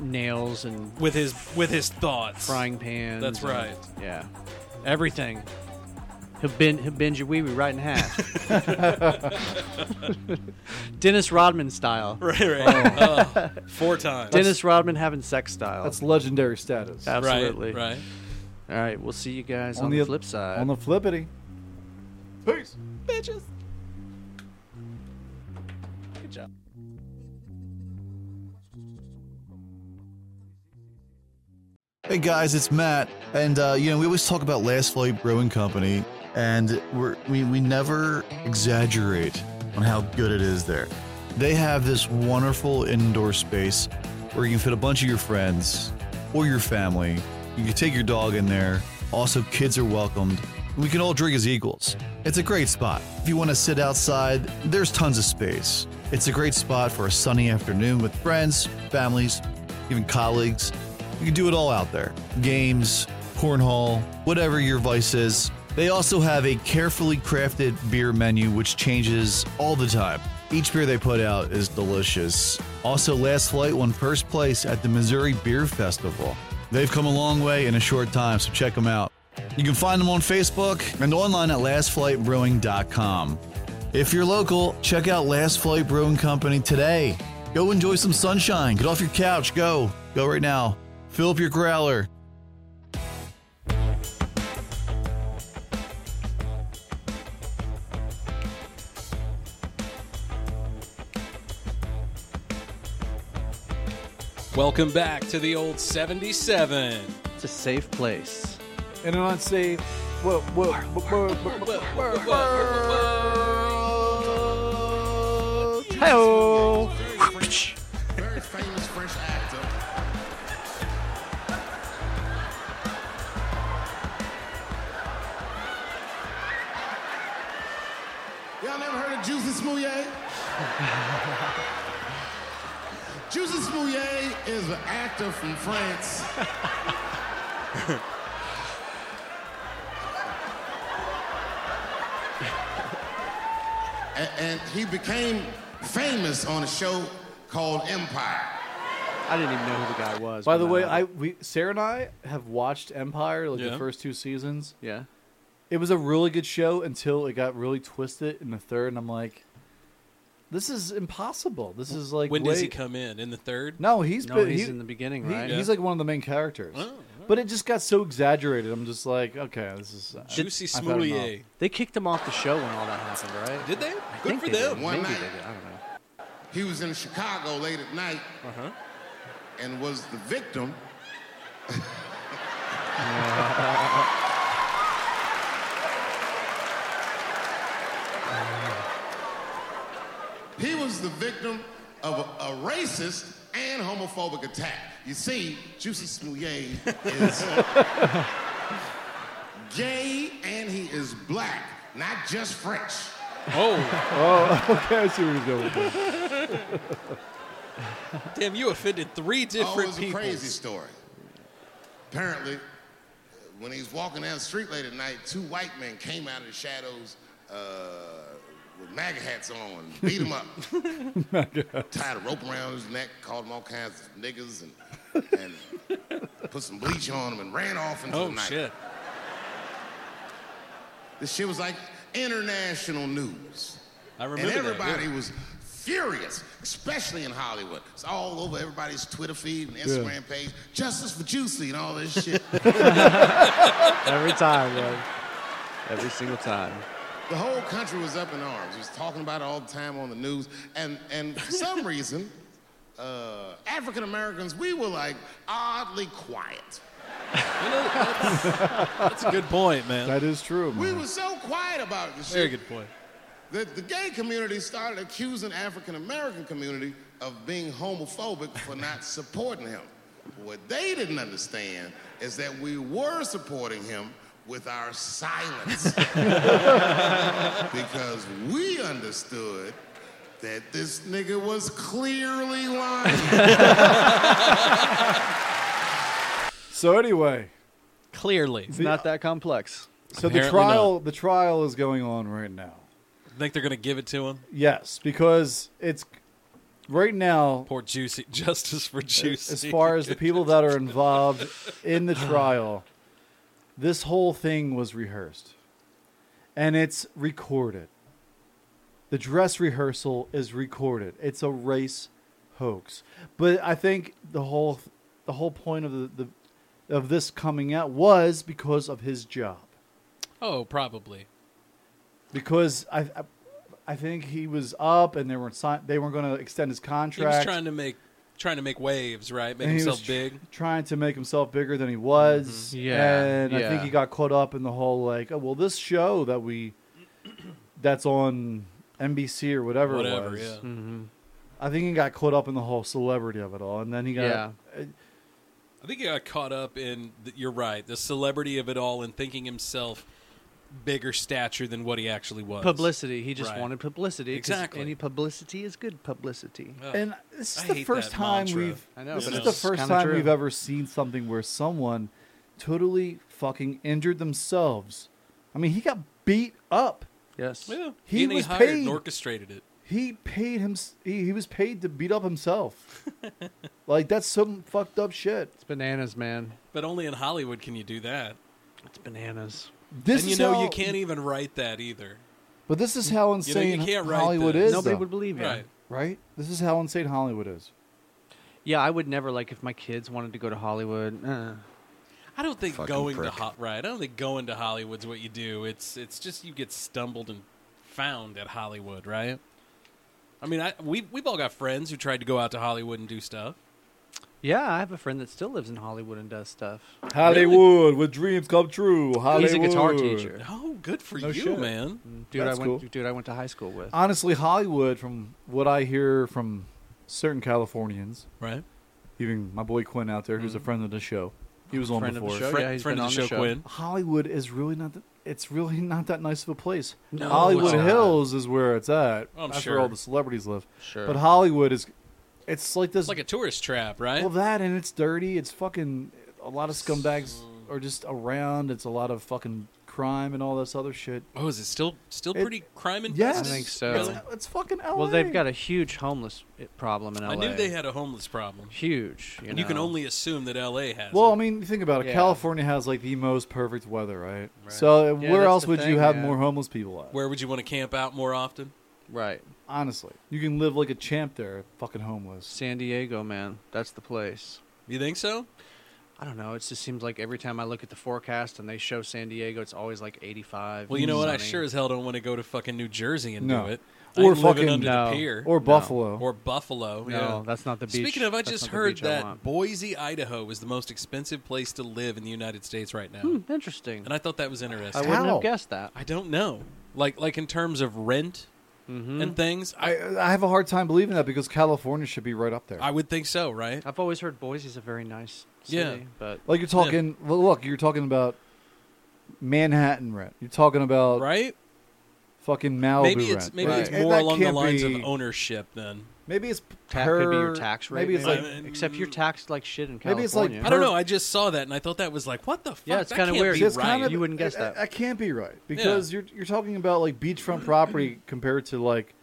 F: nails and
D: with his with his thoughts.
F: frying pans.
D: That's
F: and-
D: right.
F: yeah, everything. He'll bend, he'll bend your wee wee right in half. Dennis Rodman style.
D: Right, right. Oh, four times.
F: Dennis Rodman having sex style.
J: That's legendary status.
F: Absolutely.
D: Right, right.
F: All right, we'll see you guys on, the, flip side.
J: On the flippity. Peace.
D: Bitches.
E: Hey guys, it's Matt, and uh, you know we always talk about Last Flight Brewing Company, and we're, we we never exaggerate on how good it is there. They have this wonderful indoor space where you can fit a bunch of your friends or your family. You can take your dog in there. Also, kids are welcomed. We can all drink as equals. It's a great spot. If you want to sit outside, there's tons of space. It's a great spot for a sunny afternoon with friends, families, even colleagues. You can do it all out there games, cornhole, whatever your vice is. They also have a carefully crafted beer menu which changes all the time. Each beer they put out is delicious. Also, Last Flight won first place at the Missouri Beer Festival. They've come a long way in a short time, so check them out. You can find them on Facebook and online at lastflightbrewing.com. If you're local, check out Last Flight Brewing Company today. Go enjoy some sunshine. Get off your couch. Go. Go right now. Fill up your growler.
D: Welcome back to the old 77.
F: it's a safe place.
E: in an unsafe. Whoa, whoa, whoa, whoa, whoa, whoa, whoa, whoa. Hey-oh.
K: Very famous French actor. Y'all never heard of Juicy Smouye? Juicy Smouye is an actor from France. A- and he became famous on a show called Empire.
F: I didn't even know who the guy was.
E: By the
F: when
E: way,
F: that
E: I we Sarah and I have watched Empire like
F: Yeah.
E: the first two seasons.
F: Yeah.
E: It was a really good show until it got really twisted in the third, and I'm like, this is impossible. This is like
D: when does he
E: way-
D: come in? In the third?
E: No, he's
D: no,
E: been,
D: he's
E: he-
D: in the beginning,
E: he-
D: right? Oh,
E: He's like one of the main characters. But it just got so exaggerated. I'm just like, okay, this is uh, I- I've had enough.
F: They kicked him off the show when all that happened, right?
D: Did they?
F: I
K: Good
F: think
K: for
F: they did.
K: them. One
F: Maybe
K: night.
F: they did. I don't know.
K: He was in Chicago late at night and was the victim. he was the victim of a, a racist and homophobic attack. You see, Juicy Smouye is gay and he is black, not just French.
E: Oh. oh, okay. I see where he's going. With this.
D: Damn, you offended three
K: oh, it
D: different
K: was
D: people.
K: a crazy story. Apparently, when he's walking down the street late at night, two white men came out of the shadows uh, with MAGA hats on, beat him up, tied a rope around his neck, called him all kinds of niggas, and, and put some bleach on him and ran off into
D: Oh
K: the night.
D: shit!
K: This shit was like international news.
D: I remember
K: And
D: that,
K: everybody
D: yeah.
K: was furious, especially in Hollywood. It's all over everybody's Twitter feed and
E: Yeah.
K: Instagram page. Justice for Juicy and all this shit.
F: Every time, man. Every single time.
K: The whole country was up in arms. It was talking about it all the time on the news. And, and for some reason, uh, African Americans, we were like oddly quiet.
D: uh, That's a good point, man.
E: That is true.
K: We
E: man.
K: were so quiet about this
D: Very
K: shit
D: good point.
K: that the gay community started accusing African American community of being homophobic for not supporting him. What they didn't understand is that we were supporting him with our silence. because we understood that this nigga was clearly lying.
E: So anyway, uh,
D: clearly
F: It's not that complex.
E: So the
D: Apparently
E: trial, the trial is going on right now.
D: Think they're gonna give it to him?
E: Yes, because it's right now.
D: Poor Juicy. Justice for Juicy.
E: As far as the people that are involved in the trial, this whole thing was rehearsed, and it's recorded. The dress rehearsal is recorded. It's a race hoax, but I think the whole the whole point of the, the of this coming out was because of his job.
D: Oh, probably.
E: because I, I, I think he was up and they weren't si- they weren't going to extend his
D: He was
E: contract.
D: trying to make trying to make waves, right? Make
E: and he
D: himself
E: was tr-
D: big.
E: trying to make himself bigger than he was.
F: Mhm. Yeah,
E: and I think
F: yeah.
E: he got caught up in the whole like, oh well, this show that we that's on NBC or whatever, it
D: Whatever,
E: was.
D: yeah.
F: Mhm.
E: I think he got caught up in the whole celebrity of it all, and then he got
F: Yeah.
D: I think he got caught up in. th- You're right. The celebrity of it all, and thinking himself bigger stature than what he actually was.
F: Publicity. He just
D: Right.
F: wanted publicity. 'cause
D: Exactly.
F: Any publicity is good publicity.
E: And this is
D: I
E: the
D: hate
E: first
D: that
E: time
D: mantra.
E: we've
F: I know,
E: this
F: but
E: is
F: it's
E: the first
F: kinda
E: time
F: true.
E: we've ever seen something where someone totally fucking injured themselves. I mean, he got beat up.
F: Yes.
D: Yeah.
E: He
D: and
E: was
D: hired
E: paid.
D: and orchestrated it.
E: He paid him. He, he was paid to beat up himself. like that's some fucked up shit.
F: It's bananas, man.
D: But only in Hollywood can you do that.
F: It's bananas.
E: This
D: and you
E: is
D: know
E: how-
D: you can't even write that either.
E: But this is how
D: You know, you
E: insane
D: can't write
E: Hollywood
D: that.
E: is.
D: Nobody
E: though.
D: would believe you. Right.
E: Right. This is how insane Hollywood is.
F: Yeah, I would never like if my kids wanted to go to Hollywood. Uh,
D: I don't think
F: Fucking
D: going
F: prick.
D: to hot right. I don't think going to Hollywood's what you do. It's it's just you get stumbled and found at Hollywood, right? I mean, I, we we've all got friends who tried to go out to Hollywood and do stuff.
F: Yeah, I have a friend that still lives in Hollywood and does stuff.
E: Hollywood, with dreams come true. Hollywood.
F: He's a guitar teacher.
D: Oh, good for
E: No
D: you,
E: shit.
D: man.
F: Dude,
E: That's
F: I went.
E: cool.
F: Dude, I went to high school with.
E: Honestly, Hollywood, from what I hear from certain Californians,
D: right? Mm-hmm.
E: Even my boy Quinn out there, who's a friend of the show. He was on
F: Friend of the
E: before.
F: show, Fri- yeah, he's friend been of the on the show, show. Quinn.
E: Hollywood is really not. That, it's really not that nice of a place.
F: No,
E: Hollywood
F: it's not.
E: Hills is where it's at.
D: Oh, I'm
E: That's
D: sure.
E: where all the celebrities live.
D: Sure.
E: But Hollywood is. It's like this.
D: It's like a tourist trap, right?
E: Well, that and it's dirty. It's fucking a lot of scumbags are just around. It's a lot of fucking crime and all this other shit.
D: Oh, is it still still
E: It-
D: pretty crime
E: yes.
D: infested?
E: I think so. It's- it's fucking
F: Well, they've
E: LA.
F: got a huge homeless i- problem in LA.
D: I knew they had a homeless problem.
F: Huge. You
D: and you can
F: know.
D: only assume that LA has.
E: Well, I mean, think about it.
D: Yeah.
E: California has like the most perfect weather, right? So uh,
D: Yeah,
E: where
D: that's
E: else
D: the
E: would you
D: thing,
E: have
D: yeah.
E: more homeless people at?
D: Where would you want to camp out more often?
F: Right.
E: Honestly, you can live like a champ there, fucking homeless.
F: San Diego, man, that's the place.
D: You think so?
F: I don't know. It just seems like every time I look at the forecast and they show San Diego, it's always like 85.
D: Well, you know what? I
F: sunny.
D: sure as hell don't want to go to fucking New Jersey and
F: No.
D: do it.
F: Or
D: I ain't living
F: fucking-
D: under
F: no.
D: the pier
F: Or No. Buffalo.
D: or Buffalo.
F: No,
D: yeah.
F: that's not the beach-
D: Speaking of, I
F: that's
D: just
F: not the
D: heard
F: beach I
D: that
F: want.
D: Boise, Idaho, is the most expensive place to live in the United States right now.
F: Hmm, interesting.
D: And I thought that was interesting.
F: I wouldn't have guessed that.
D: I don't know. Like, like in terms of rent and things,
E: I I have a hard time believing that because California should be right up there.
D: I would think so, right?
F: I've always heard Boise's a very nice city.
D: Yeah.
F: But
E: Like you're talking. well, Look, you're talking about Manhattan rent. You're talking about
D: right.
E: Fucking Malibu
D: maybe it's
E: rent.
D: maybe
E: Right.
D: it's
E: And
D: more
E: that
D: along the
E: can't
D: lines
E: be-
D: of ownership. Then
E: Maybe it's
F: That could be your
E: per-
F: tax rate.
E: Maybe it's like
F: except you're taxed like shit in
E: Maybe
F: California.
E: it's like
D: I don't know. I just saw that and I thought that was like, what the fuck?
F: Yeah, it's
D: That
F: kinda
D: can't
F: weird.
D: be
F: Just
D: right.
F: kinda- You wouldn't guess
E: that. That can't be right
D: Yeah.
E: because you're you're talking about like beachfront property compared to like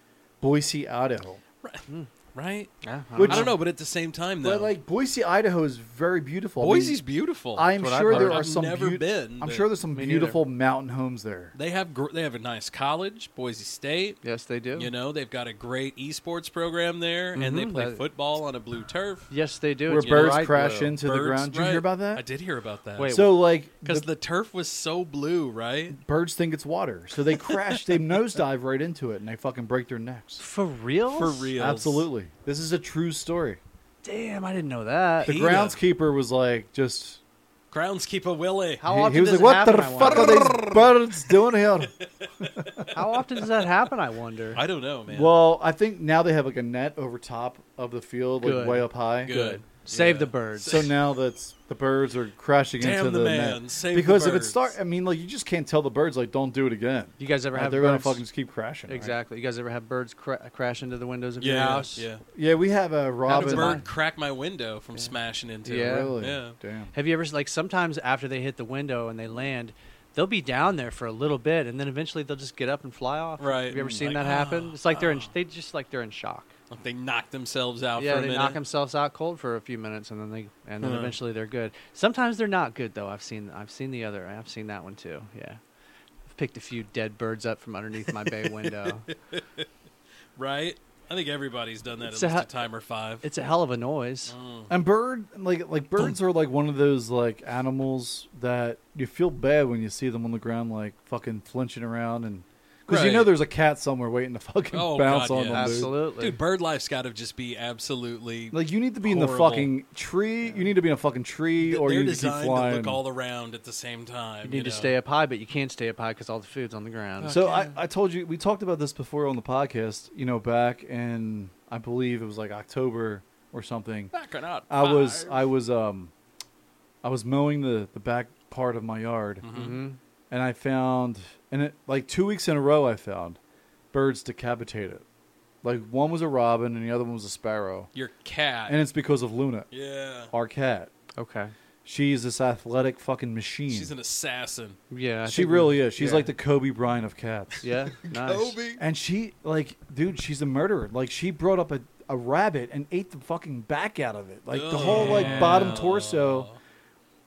E: Boise, Idaho.
D: right?
E: I Which-
D: I don't know, but at the same time, though,
E: But like Boise, Idaho is very beautiful. I mean,
D: Boise's beautiful.
E: I'm
D: That's what I've
E: sure there
D: heard.
E: are
D: I've
E: some.
D: never
E: beaut-
D: been,
E: I'm
D: but-
E: sure there's some
D: Me neither.
E: beautiful mountain homes there.
D: they have gr- they have a nice college, Boise State.
F: Yes, they do.
D: You know, they've got a great esports program there, and they
F: Mhm.
D: play
F: That-
D: football on a blue turf.
F: Yes, they do.
E: Where
F: It's
E: birds
F: bright
E: crash
F: blue.
E: into the ground. Did you hear
D: right.
E: about that?
D: I did hear about that.
E: Wait, So, like,
D: because the, turf was so blue, right?
E: Birds think it's water, so they crash. they nosedive right into it, and they fucking break their necks.
F: For real?
D: For reals?
E: Absolutely. This is a true story.
F: Damn, I didn't know that.
E: The groundskeeper was like, just
D: Groundskeeper Willie.
F: How
E: he,
F: often
E: he was
F: does
E: like,
F: it happen,
E: "What the
F: I
E: fuck are
F: wonder?"
E: these birds doing here?"
F: How often does that happen? I wonder.
D: I don't know, man.
E: Well, I think now they have like a net over top of the field, like
F: Good.
E: way up high.
F: Good. Good. Save the birds.
E: So now that's the birds are crashing
F: Damn
E: into
F: the
E: the,
F: man.
E: net
F: Save the
E: because if
F: birds.
E: it start, I mean, like you just can't tell the birds like don't do it again.
F: You guys ever
E: Like,
F: have?
E: uh, They're
F: birds-
E: gonna fucking just keep crashing. right?
F: Exactly. You guys ever have birds cra- crash into the windows of your
D: Yeah,
F: house?
D: yeah.
E: Yeah, we have a
D: How
E: robin.
D: did a bird crack my window from smashing into it?
F: Yeah.
D: Yeah.
F: Have you ever like sometimes after they hit the window and they land, they'll be down there for a little bit and then eventually they'll just get up and fly off.
D: Right.
F: Have you ever
D: Mm,
F: seen
D: like,
F: that happen?
D: "Oh,
F: It's like they're in, they just like they're in shock.
D: Like they knocked themselves out
F: yeah,
D: for a
F: they
D: minute. Uh-huh.
F: knock themselves out cold for a few minutes and then they and then
D: Huh.
F: eventually they're good. Sometimes they're not good though. I've seen I've seen the other. I've seen that one too. Yeah. I've picked a few dead birds up from underneath my bay window.
D: right? I think everybody's done that
F: It's
D: at
F: a
D: least a,
F: he-
D: time or five. Mm.
F: It's a hell of a noise.
E: And bird, like like birds are like one of those like animals that you feel bad when you see them on the ground, like fucking flinching around, and because you know
D: Right.
E: there's a cat somewhere waiting to fucking
D: Oh,
E: bounce
D: God,
E: on
D: yeah.
E: them. dude.
D: dude. Bird life's got to just be absolutely
E: Like you need to be in the
D: horrible.
E: fucking tree. You need to be in a fucking tree, or
D: They're
E: you need to keep
D: designed
E: flying.
D: to look all around at the same time.
F: You need to
D: know?
F: stay up high, but you can't stay up high because all the food's on the ground.
E: So I, I told you we talked about this before on the podcast. You know, back in I believe it was like October or something.
D: Back in Oct-
E: I was I was um I was mowing the the back part of my yard,
D: Mm-hmm.
F: Mhm.
E: and I found and it like two weeks in a row I found birds decapitated. Like one was a robin and the other one was a sparrow.
D: Your cat.
E: and it's because of Luna.
D: Yeah.
E: our cat.
F: Okay,
E: she's this athletic fucking machine.
D: She's an assassin.
E: she really is. She's like the Kobe Bryant of cats.
F: Yeah, nice. Kobe.
E: And she, like, dude, she's a murderer. Like, she brought up a, a rabbit and ate the fucking back out of it. Like, the whole, like, bottom torso.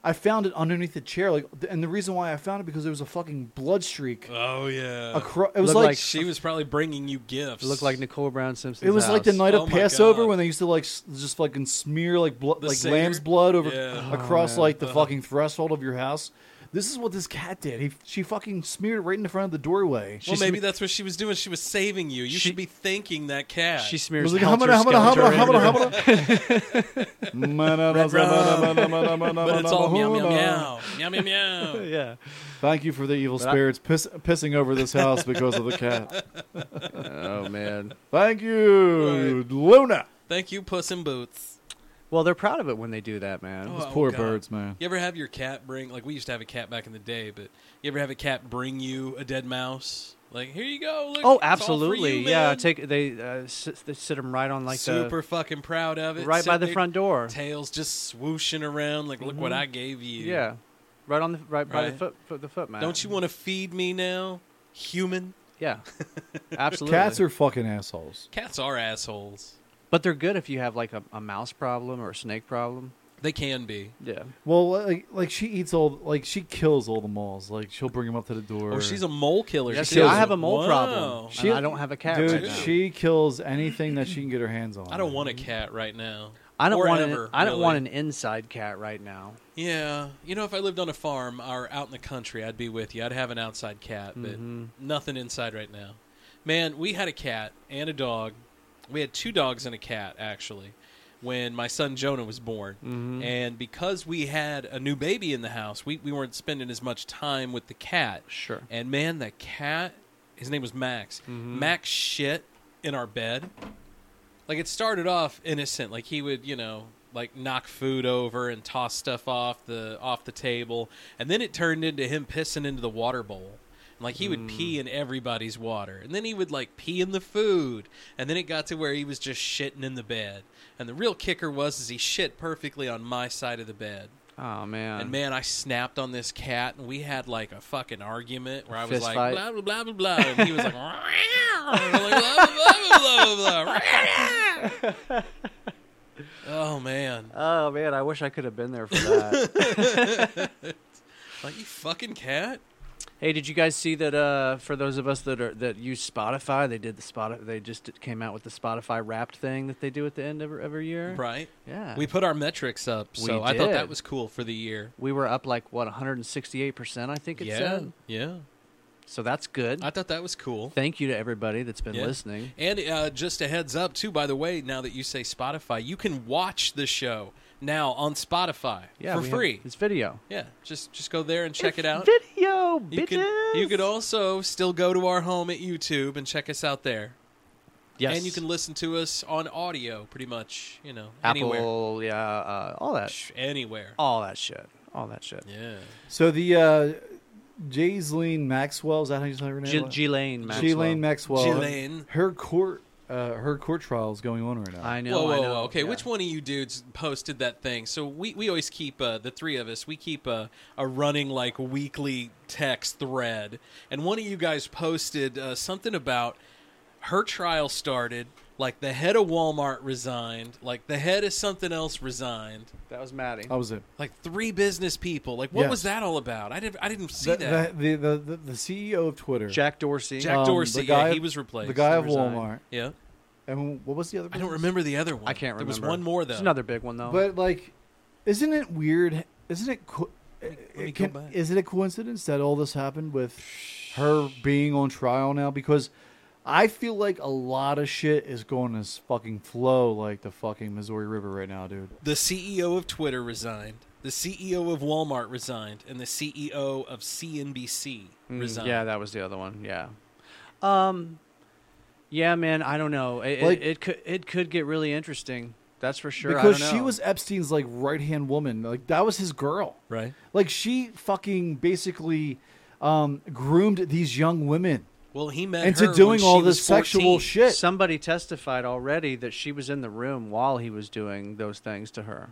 E: I found it underneath the chair. Like, th- and the reason why I found it because there was a fucking blood streak.
D: Oh yeah.
E: Acro- it was
D: Looked
E: like-
D: she was probably bringing you gifts.
F: It looked like Nicole Brown Simpson.
E: It was like the night
D: Oh
E: of
D: my
E: Passover when they used to like s- just fucking smear like blo-
D: The
E: like
D: Seder?
E: lamb's blood over
D: Yeah.
E: across
D: Oh, man.
E: like the
D: Uh-huh.
E: fucking threshold of your house. This is what this cat did. He, she fucking smeared it right in the front of the doorway.
D: well, maybe that's what she was doing. She was saving you. You should be thanking that cat.
F: She smears
E: Was like, "Humada, humada, humada, humada, humada."
D: Red rum. But it's all meow, meow, meow. Meow, meow, meow.
F: yeah.
E: Thank you for the evil
F: But I-
E: spirits piss, pissing over this house because of the cat.
F: oh man.
E: Thank you, Luna.
D: Thank you, Puss in Boots.
F: Well, they're proud of it when they do that, man.
D: Oh, oh, God. You ever have your cat bring like we used to have a cat back in the day, but you ever have a cat bring you a dead mouse? Like here you go.
F: Oh,
D: Look, it's all for
F: absolutely.
D: you,
F: yeah,
D: man."
F: take they uh, sit, they sit them right on like
D: super
F: the
D: fucking proud of it.
F: right by
D: sitting
F: the
D: there,
F: front door.
D: Tails just swooshing around like look what
F: Mhm.
D: I gave you.
F: Yeah, right on the right, by the
D: Right.
F: foot, foot the foot mat.
D: Don't you want to feed me now, human?
F: Yeah, absolutely.
E: Cats are fucking assholes.
D: Cats are assholes.
F: but they're good if you have like a, a mouse problem or a snake problem.
D: They can be.
F: Yeah.
E: Well, like, like she eats all, like she kills all the moles. Like she'll bring them up to the door.
D: Oh, she's a mole killer.
F: Yeah,
D: She
F: see,
D: kills
F: I have
D: them.
F: a mole
D: Wow.
F: problem. and I don't have a cat
E: Dude,
F: right now.
E: she kills anything that she can get her hands on.
D: I don't want a cat right now.
F: Mm-hmm. I don't
D: Or
F: want
D: ever,
F: an, I don't
D: really.
F: want an inside cat right now.
D: Yeah, you know, if I lived on a farm or out in the country, I'd be with you. I'd have an outside cat, but
F: Mhm.
D: nothing inside right now. Man, we had a cat and a dog. We had two dogs and a cat actually when my son Jonah was born.
F: Mhm.
D: And because we had a new baby in the house, we, we weren't spending as much time with the cat.
F: Sure.
D: And man, the cat, his name was Max.
F: Mhm.
D: Max shit in our bed. Like it started off innocent. Like he would, you know, like knock food over and toss stuff off the off the table, and then it turned into him pissing into the water bowl. And, Like he would pee in everybody's water, and then he would like pee in the food, and then it got to where he was just shitting in the bed. And the real kicker was, is he shit perfectly on my side of the bed.
F: Oh man.
D: And man, I snapped on this cat, and we had like a fucking argument where I was
F: Fist
D: like,
F: fight.
D: blah blah blah blah blah, and he was like, "Meow." And I'm like, blah blah blah blah blah. blah. oh man,
F: Oh man, I wish I could have been there for that.
D: like you fucking cat.
F: hey, did you guys see that? Uh, for those of us that are that use Spotify, they did the Spotify. They just did- came out with the Spotify Wrapped thing that they do at the end of every year.
D: Right?
F: Yeah.
D: We put our metrics up,
F: We
D: so I thought that
F: did.
D: was cool for the year.
F: We were up like what 168 percent, I think it
D: yeah,
F: said.
D: yeah.
F: So that's good.
D: I thought that was cool.
F: Thank you to everybody that's been
D: Yeah.
F: listening.
D: And uh, just a heads up, too, by the way, now that you say Spotify, you can watch the show now on Spotify
F: Yeah,
D: for
F: we have-
D: free.
F: It's video.
D: Yeah, just just go there and check it out.
F: Video,
D: You could you could also still go to our home at YouTube and check us out there.
F: Yes.
D: and you can listen to us on audio, pretty much. You know, anywhere,
F: Apple, yeah, uh, all that,
D: Sh- anywhere.
F: all that shit, all that shit.
D: Yeah.
E: So the uh, Jaiseline Maxwell is that how you say her name?
F: G- Ghislaine Maxwell.
E: Ghislaine Maxwell.
D: Ghislaine.
E: Her court, uh, her court trial is going on right now.
F: I know.
D: whoa, whoa,
F: I know.
D: whoa. Okay,
F: yeah.
D: which one of you dudes posted that thing? So we, we always keep uh, the three of us. We keep a a running like weekly text thread, and one of you guys posted uh, something about her trial started. Like the head of Walmart resigned. Like the head of something else resigned.
F: That was Maddie.
E: That was it.
D: Like three business people. Like what
E: Yes.
D: was that all about? I didn't I didn't see
E: The,
D: that.
E: the, the, the, the CEO of Twitter,
F: Jack Dorsey.
D: Jack
E: um,
D: Dorsey.
E: the guy
D: yeah, he
E: of-
D: was replaced.
E: the guy
F: He
E: of
F: resigned.
E: Walmart,
D: Yeah.
E: and what was the other?
D: I don't
E: business?
D: remember the other one.
F: I can't remember.
D: There was one more though.
F: There's another big one though.
E: But like, isn't it weird? Isn't it? Co-
D: let me
E: it can-
D: go back.
E: is it a coincidence that all this happened with her being on trial now? Because I feel like a lot of shit is going this fucking flow like the fucking Missouri River right now, dude.
D: The CEO of Twitter resigned. The CEO of Walmart resigned, and the CEO of CNBC
F: Mm,
D: resigned.
F: yeah, that was the other one. Yeah. Um, yeah, man. I don't know. It,
E: Like-
F: it, it could it could get really interesting. That's for sure. I
E: because
F: don't
E: she
F: know.
E: was Epstein's like right hand woman. Like that was his girl.
D: Right.
E: Like she fucking basically um, groomed these young women
D: Well, he met
E: into
D: her when
E: doing
D: she
E: all
D: was
E: this sexual
D: 14.
E: shit.
F: Somebody testified already that she was in the room while he was doing those things to her.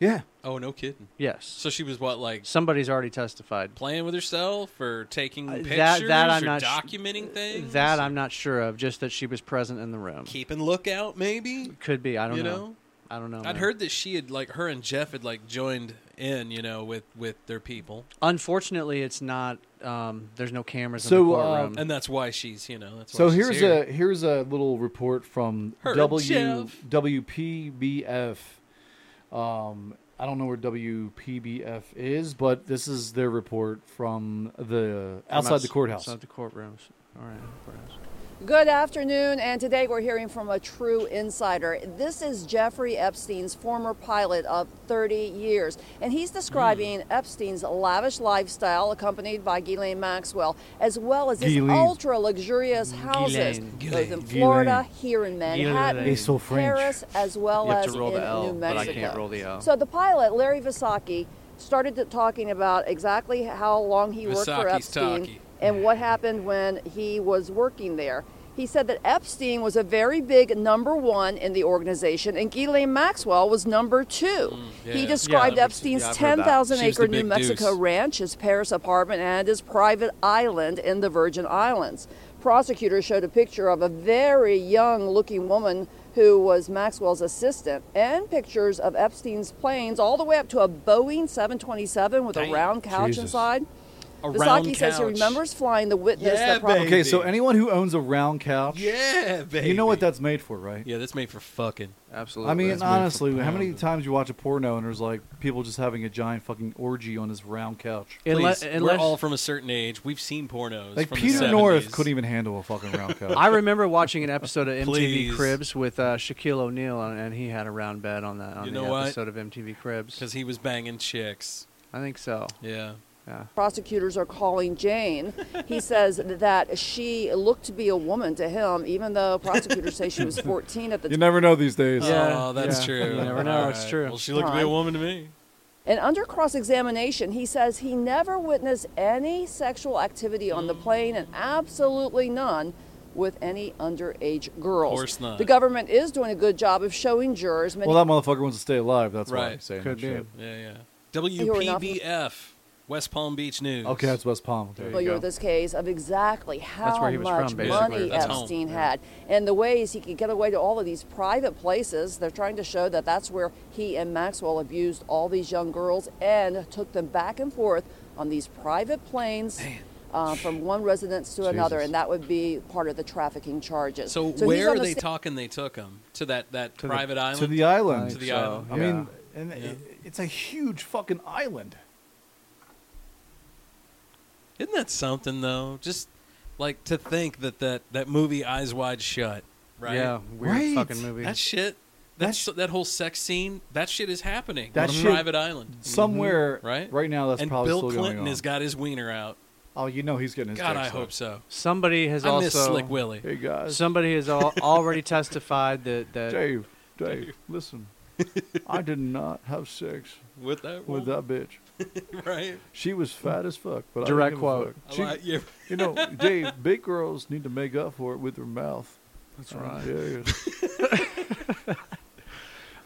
E: yeah.
D: Oh no, kidding.
F: Yes.
D: So she was what like
F: Somebody's already testified.
D: playing with herself or taking
F: Uh, that-
D: pictures
F: that I'm
D: or
F: not sh-
D: documenting things.
F: That I'm not sure of. Just that she was present in the room.
D: keeping lookout maybe.
F: Could be. I don't
D: You
F: know.
D: know?
F: I don't know. man.
D: I'd heard that she had like her and Jeff had like joined in, you know, with with their people,
F: Unfortunately, it's not. Um, there's no cameras in the
E: So, uh,
F: courtroom.
D: and that's why she's you know. That's why
E: So
D: she's
E: here's
D: here.
E: a here's a little report from
D: Her
E: W
D: Jeff.
E: WPBF. Um, I don't know where WPBF is, but this is their report from the
F: I'm
E: outside the
F: outs-
E: courthouse.
F: Outside the courtrooms. All right, courthouse.
L: Good afternoon, and today we're hearing from a true insider. This is Jeffrey Epstein's former pilot of 30 years, and he's describing
F: Hmm.
L: Epstein's lavish lifestyle accompanied by Ghislaine Maxwell, as well as his
E: Ghislaine.
L: ultra luxurious houses,
E: Ghislaine.
L: both in
E: Ghislaine.
L: Florida, here in Manhattan,
E: It's so French.
L: Paris, as well
F: You have
L: as
F: to roll
L: in
F: the L,
L: New
F: but I
L: Mexico.
F: can't roll the L.
L: So the pilot, Larry Visacchi, started to- talking about exactly how long he worked for
D: Visaki's
L: Epstein
D: talkie.
L: and what happened when he was working there. He said that Epstein was a very big number one in the organization, and Ghislaine Maxwell was number two.
M: Mm. yeah.
L: He described
M: Yeah, I've-
L: Epstein's
M: yeah, I've heard that.
L: 10,000
M: She was the
L: acre New
M: big
L: Mexico
M: deuce.
L: ranch, his Paris apartment, and his private island in the Virgin Islands. Prosecutors showed a picture of a very young looking woman who was Maxwell's assistant and pictures of Epstein's planes all the way up to a Boeing 727 with
E: Damn.
L: a round couch
E: Jesus.
L: inside.
D: A
L: Visaki
D: round
L: says he
D: couch.
L: remembers flying the witness that pro-
E: Okay, so anyone who owns a round couch,
D: Yeah,
E: you know what
D: baby.
E: that's made for, right?
D: Yeah, that's made for fucking.
F: Absolutely.
E: I mean, honestly, how many times you watch a porno and there's like people just having a giant fucking orgy on this round couch?
D: Please, we're all from a certain age. We've seen pornos.
E: like
D: from
E: Peter
D: the 70s.
E: North couldn't even handle a fucking round couch.
F: I remember watching an episode of MTV
D: Please.
F: Cribs with uh, Shaquille O'Neal, and and he had a round bed on that on
D: You
F: the
D: know what?
F: episode of MTV Cribs.
D: Because he was banging chicks.
F: I think so.
D: Yeah.
F: Yeah.
L: prosecutors are calling Jane. He says that she looked to be a woman to him, even though prosecutors say she was 14 at the
E: You
L: time.
E: never know these days.
D: Oh, that's true. All right. Well, she looked to be a
L: Fine.
D: woman to me.
L: And under cross examination, he says he never witnessed any sexual activity on the plane and absolutely none with any underage girls.
E: Of course not.
L: The government is doing a good job of showing jurors many
E: Well, that motherfucker wants to stay alive. That's why I'm
D: right.
E: saying that shit.
D: Yeah, yeah.
L: You were not-
D: WPBF, West Palm Beach News.
E: Okay, that's West Palm. There you
L: familiar
E: go.
L: with this case of exactly how
E: where he was from,
L: much
E: basically.
L: money
E: That's home,
L: Epstein
E: yeah.
L: had and the ways he could get away to all of these private places. They're trying to show that that's where he and Maxwell abused all these young girls and took them back and forth on these private planes. Uh, from one residence to another,
D: Jesus.
L: and that would be part of the trafficking charges.
D: So,
L: he's
D: where
L: on
D: are
L: the
D: they
L: sta-
D: talking? They took him to that that
E: To the-
D: private island.
E: To the island.
D: To the
E: So,
D: island.
E: I mean, and it, it's a huge fucking island.
D: isn't that something though? Just like to think that that that movie Eyes Wide Shut, right?
F: Yeah, weird Right. fucking movie.
D: That shit. That's that, whole sex scene. That shit is happening
E: That
D: on
E: shit-
D: a private island
E: Mm-hmm.
D: Mm-hmm.
E: somewhere
D: right?
E: right now that's
D: and
E: probably
D: Bill
E: still going
D: Clinton
E: on.
D: has got his wiener out.
E: Oh, you know he's getting his
D: God,
E: dick
D: I
E: sucked.
D: hope so.
F: Somebody has
D: I
F: also
D: miss Slick Willie.
E: Hey, guys.
F: Somebody has al- already testified that that
E: Dave, Dave, listen. I did not have sex
D: With that
E: with that bitch.
D: right?
E: She was fat as fuck. But
F: Direct
E: I didn't give a
F: quote.
E: fuck. She-
D: I like- yeah.
E: You know, Dave, big girls need to make up for it with their mouth. That's
F: right.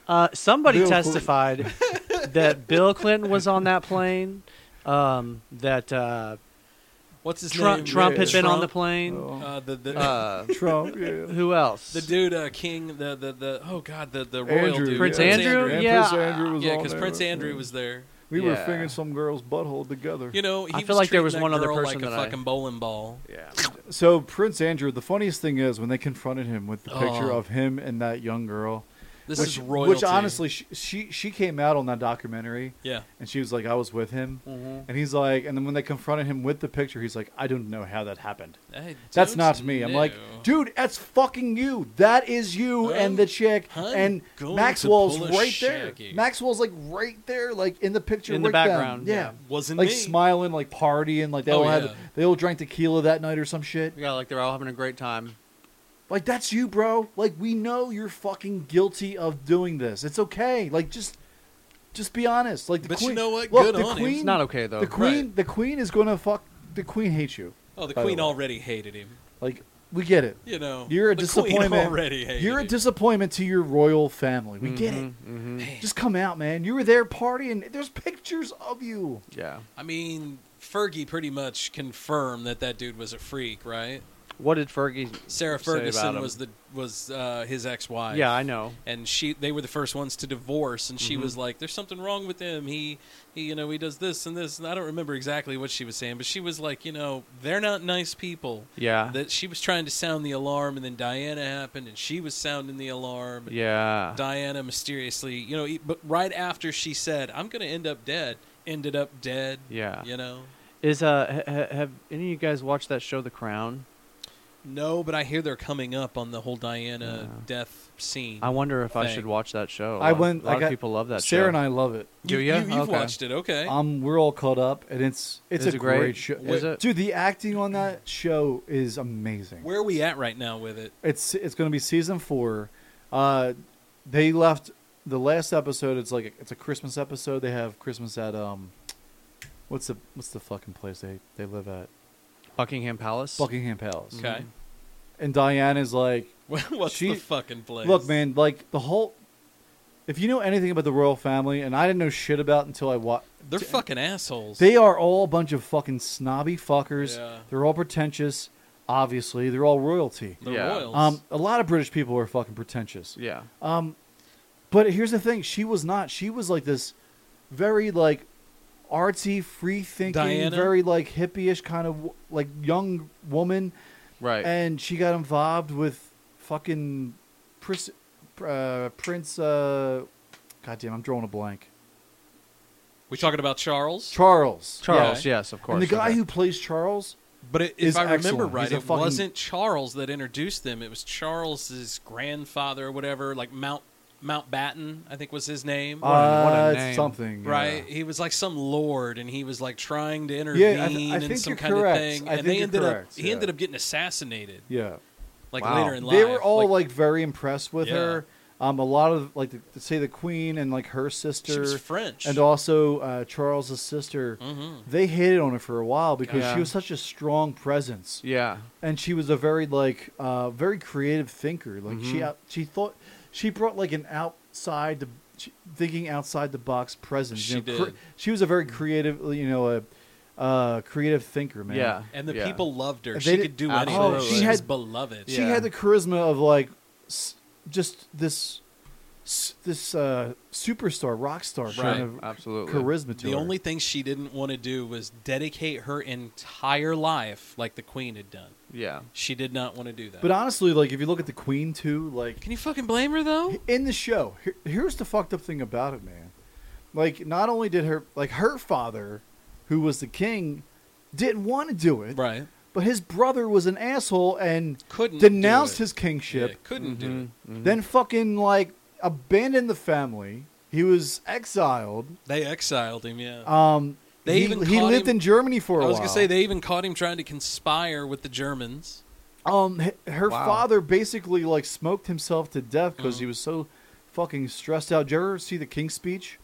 F: Uh, somebody
E: Bill Clinton.
F: testified that Bill Clinton was on that plane. Um, that uh,
D: What's his
F: Trump,
D: name?
F: Trump had
D: Yeah.
F: been on
D: Trump.
F: the plane.
E: Oh.
D: Uh, the, the,
F: Uh,
E: Trump, yeah.
F: Who else?
D: The dude, uh, King, the, the, the, oh God, the, the royal
E: Andrew,
D: dude.
F: Prince
E: yeah.
F: Andrew?
E: And
F: Yeah.
E: Prince Andrew was
D: Yeah,
E: on
D: 'cause
E: there.
D: Prince Andrew was there.
E: We were
D: Yeah.
E: fingering some girl's butthole together.
D: You know, he
F: I
D: was
F: feel like there
D: treating
F: was
D: that
F: one other
D: girl
F: person
D: like a
F: that I-
D: fucking bowling ball.
F: Yeah.
E: So Prince Andrew, the funniest thing is when they confronted him with the picture
D: Oh.
E: of him and that young girl.
D: This
E: which,
D: is royalty.
E: Which honestly, she, she she came out on that documentary.
D: Yeah.
E: and she was like, "I was with him,"
D: Mhm.
E: and he's like, and then when they confronted him with the picture, he's like, "I don't know how that happened.
D: I
E: that's
D: don't
E: not me." I'm like, "Dude, that's fucking you. That is you and the chick
D: I'm
E: and
D: going to
E: Maxwell's
D: pull a
E: right
D: shaggy."
E: there. Maxwell's like right there, like in the picture
F: In the
E: with them.
F: background,
E: Yeah.
F: yeah.
D: Wasn't
E: like
D: me.
E: smiling, like partying, like they
F: Oh,
E: all had
F: yeah.
E: they all drank tequila that night or some shit.
F: Yeah, like they're all having a great time.
E: Like that's you, bro. Like we know you're fucking guilty of doing this. It's okay. Like just just be honest. Like the
D: But you
E: queen.
D: know what?
E: Look,
D: Good
E: the
D: on him.
E: queen.
D: It's not okay, though.
E: The queen. The queen is gonna fuck. The queen hates you.
D: Oh, the
E: by
D: queen
E: way.
D: already hated him.
E: Like we get it.
D: You know,
E: you're a
D: the queen
E: disappointment.
D: already hated
E: you're a disappointment to your royal family. We get it.
F: Mm-hmm,
E: Just come out, man. You were there partying. There's pictures of you.
F: Yeah.
D: I mean, Fergie pretty much confirmed that that dude was a freak, right?
F: What did Fergie?
D: Sarah
F: say about
D: Ferguson
F: him?
D: was the was uh, his ex-wife.
F: Yeah, I know.
D: And she they were the first ones to divorce, and she
F: Mhm.
D: was like, "There's something wrong with him. He, he, you know, he does this and this." And I don't remember exactly what she was saying, but she was like, "You know, they're not nice people."
F: Yeah.
D: That she was trying to sound the alarm, and then Diana happened, and she was sounding the alarm. and
F: Yeah.
D: Diana mysteriously, you know, e- but right after she said, "I'm going to end up dead," ended up dead.
F: Yeah.
D: You know.
F: Is uh ha- ha- have any of you guys watched that show The Crown?
D: No, but I hear they're coming up on the whole Diana death scene.
F: I wonder if I should
D: thing.
F: watch that show. A
E: I
F: lot-
E: went.
F: A lot
E: I got,
F: of people love that show.
E: Sarah and I love it.
F: Do You- ya? you- you've Okay. watched
D: it, okay.
E: Um, we're all caught up, and it's it's
F: Is
E: a
F: it great?
E: great, show.
F: Is it?
E: Dude, the acting on that show is amazing.
D: Where are we at right now with it?
E: It's it's going to be season four. Uh, they left the last episode. It's like it's a Christmas episode. They have Christmas at um, what's the what's the fucking place they they live at?
F: Buckingham Palace.
E: Buckingham Palace.
D: Okay.
E: And Diana's like,
D: What's
E: she-
D: the fucking place?
E: Look, man, like the whole. If you know anything about the royal family, and I didn't know shit about until I watched.
D: They're fucking assholes.
E: They are all a bunch of fucking snobby fuckers.
D: Yeah.
E: They're all pretentious. Obviously, they're all royalty.
D: They're Yeah. royals.
E: Um, a lot of British people are fucking pretentious.
F: Yeah.
E: Um, but here's the thing: she was not. She was like this, very like artsy, free thinking,
F: Diana?
E: very like hippie-ish kind of w- like young woman.
F: Right.
E: And she got involved with fucking Pris, uh, Prince. Uh, goddamn, I'm drawing a blank.
D: we talking about Charles?
E: Charles.
D: Charles,
E: Okay.
D: yes, of
E: And the
D: course,
E: guy
D: okay.
E: who plays Charles,
D: But it, if
E: is
D: I remember
E: excellent.
D: right,
E: He's a
D: it
E: fucking-
D: wasn't Charles that introduced them. It was Charles's grandfather or whatever, like Mount Mountbatten, I think was his name.
E: What a- what a Uh, it's name. something, yeah.
D: right? He was like some lord, and he was like trying to intervene
E: th- I
D: in
E: think
D: some
E: you're
D: kind
E: correct.
D: of thing.
E: I
D: and
E: think
D: they
E: you're
D: ended
E: correct,
D: up he
E: yeah.
D: ended up getting assassinated.
E: Yeah.
D: Like later in life,
E: They were all like, very impressed with
D: Yeah.
E: her. Um, a lot of like the, say the queen and like her sister,
D: was French.
E: and also uh, Charles's sister.
D: Mhm.
E: They hated on her for a while because
F: Yeah.
E: she was such a strong presence.
F: Yeah.
E: and she was a very like uh, very creative thinker. Like she
F: Mhm.
E: out, she thought she brought like an outside the she, thinking outside the box presence. you
D: She
E: know, cre-
D: did. Mm-hmm.
E: she was a very creative, you know, a uh, creative thinker, man.
F: Yeah.
D: and the
F: Yeah. Oh,
D: people loved her.
E: They
D: She
E: did-
D: could do anything.
E: Absolutely.
D: she
E: She
D: was
E: had-
D: beloved.
E: She had the charisma of like s- just this s- this uh, superstar, rock star kind of charisma to
D: the
E: her.
D: only thing she didn't want to do was dedicate her entire life like the queen had done
F: yeah
D: she did not want to do that
E: But honestly, like if you look at the Queen too, like
D: can you fucking blame her though?
E: In the show, here, here's the fucked up thing about it, man. Like not only did her like her father, who was the king, didn't want to do it,
D: right?
E: But his brother was an asshole and
D: couldn't
E: denounced
D: do it.
E: his kingship.
D: Yeah, couldn't do it.
E: Then fucking like abandoned the family. He was exiled.
D: they exiled him yeah
E: Um,
D: they
E: he,
D: even
E: he
D: caught
E: lived
D: him-
E: in Germany for a
D: i was
E: while.
D: gonna say they even caught him trying to conspire with the germans
E: Um, h- her
D: Wow. Mm.
E: father basically like smoked himself to death because he was so fucking stressed out. Did you ever see the King's Speech?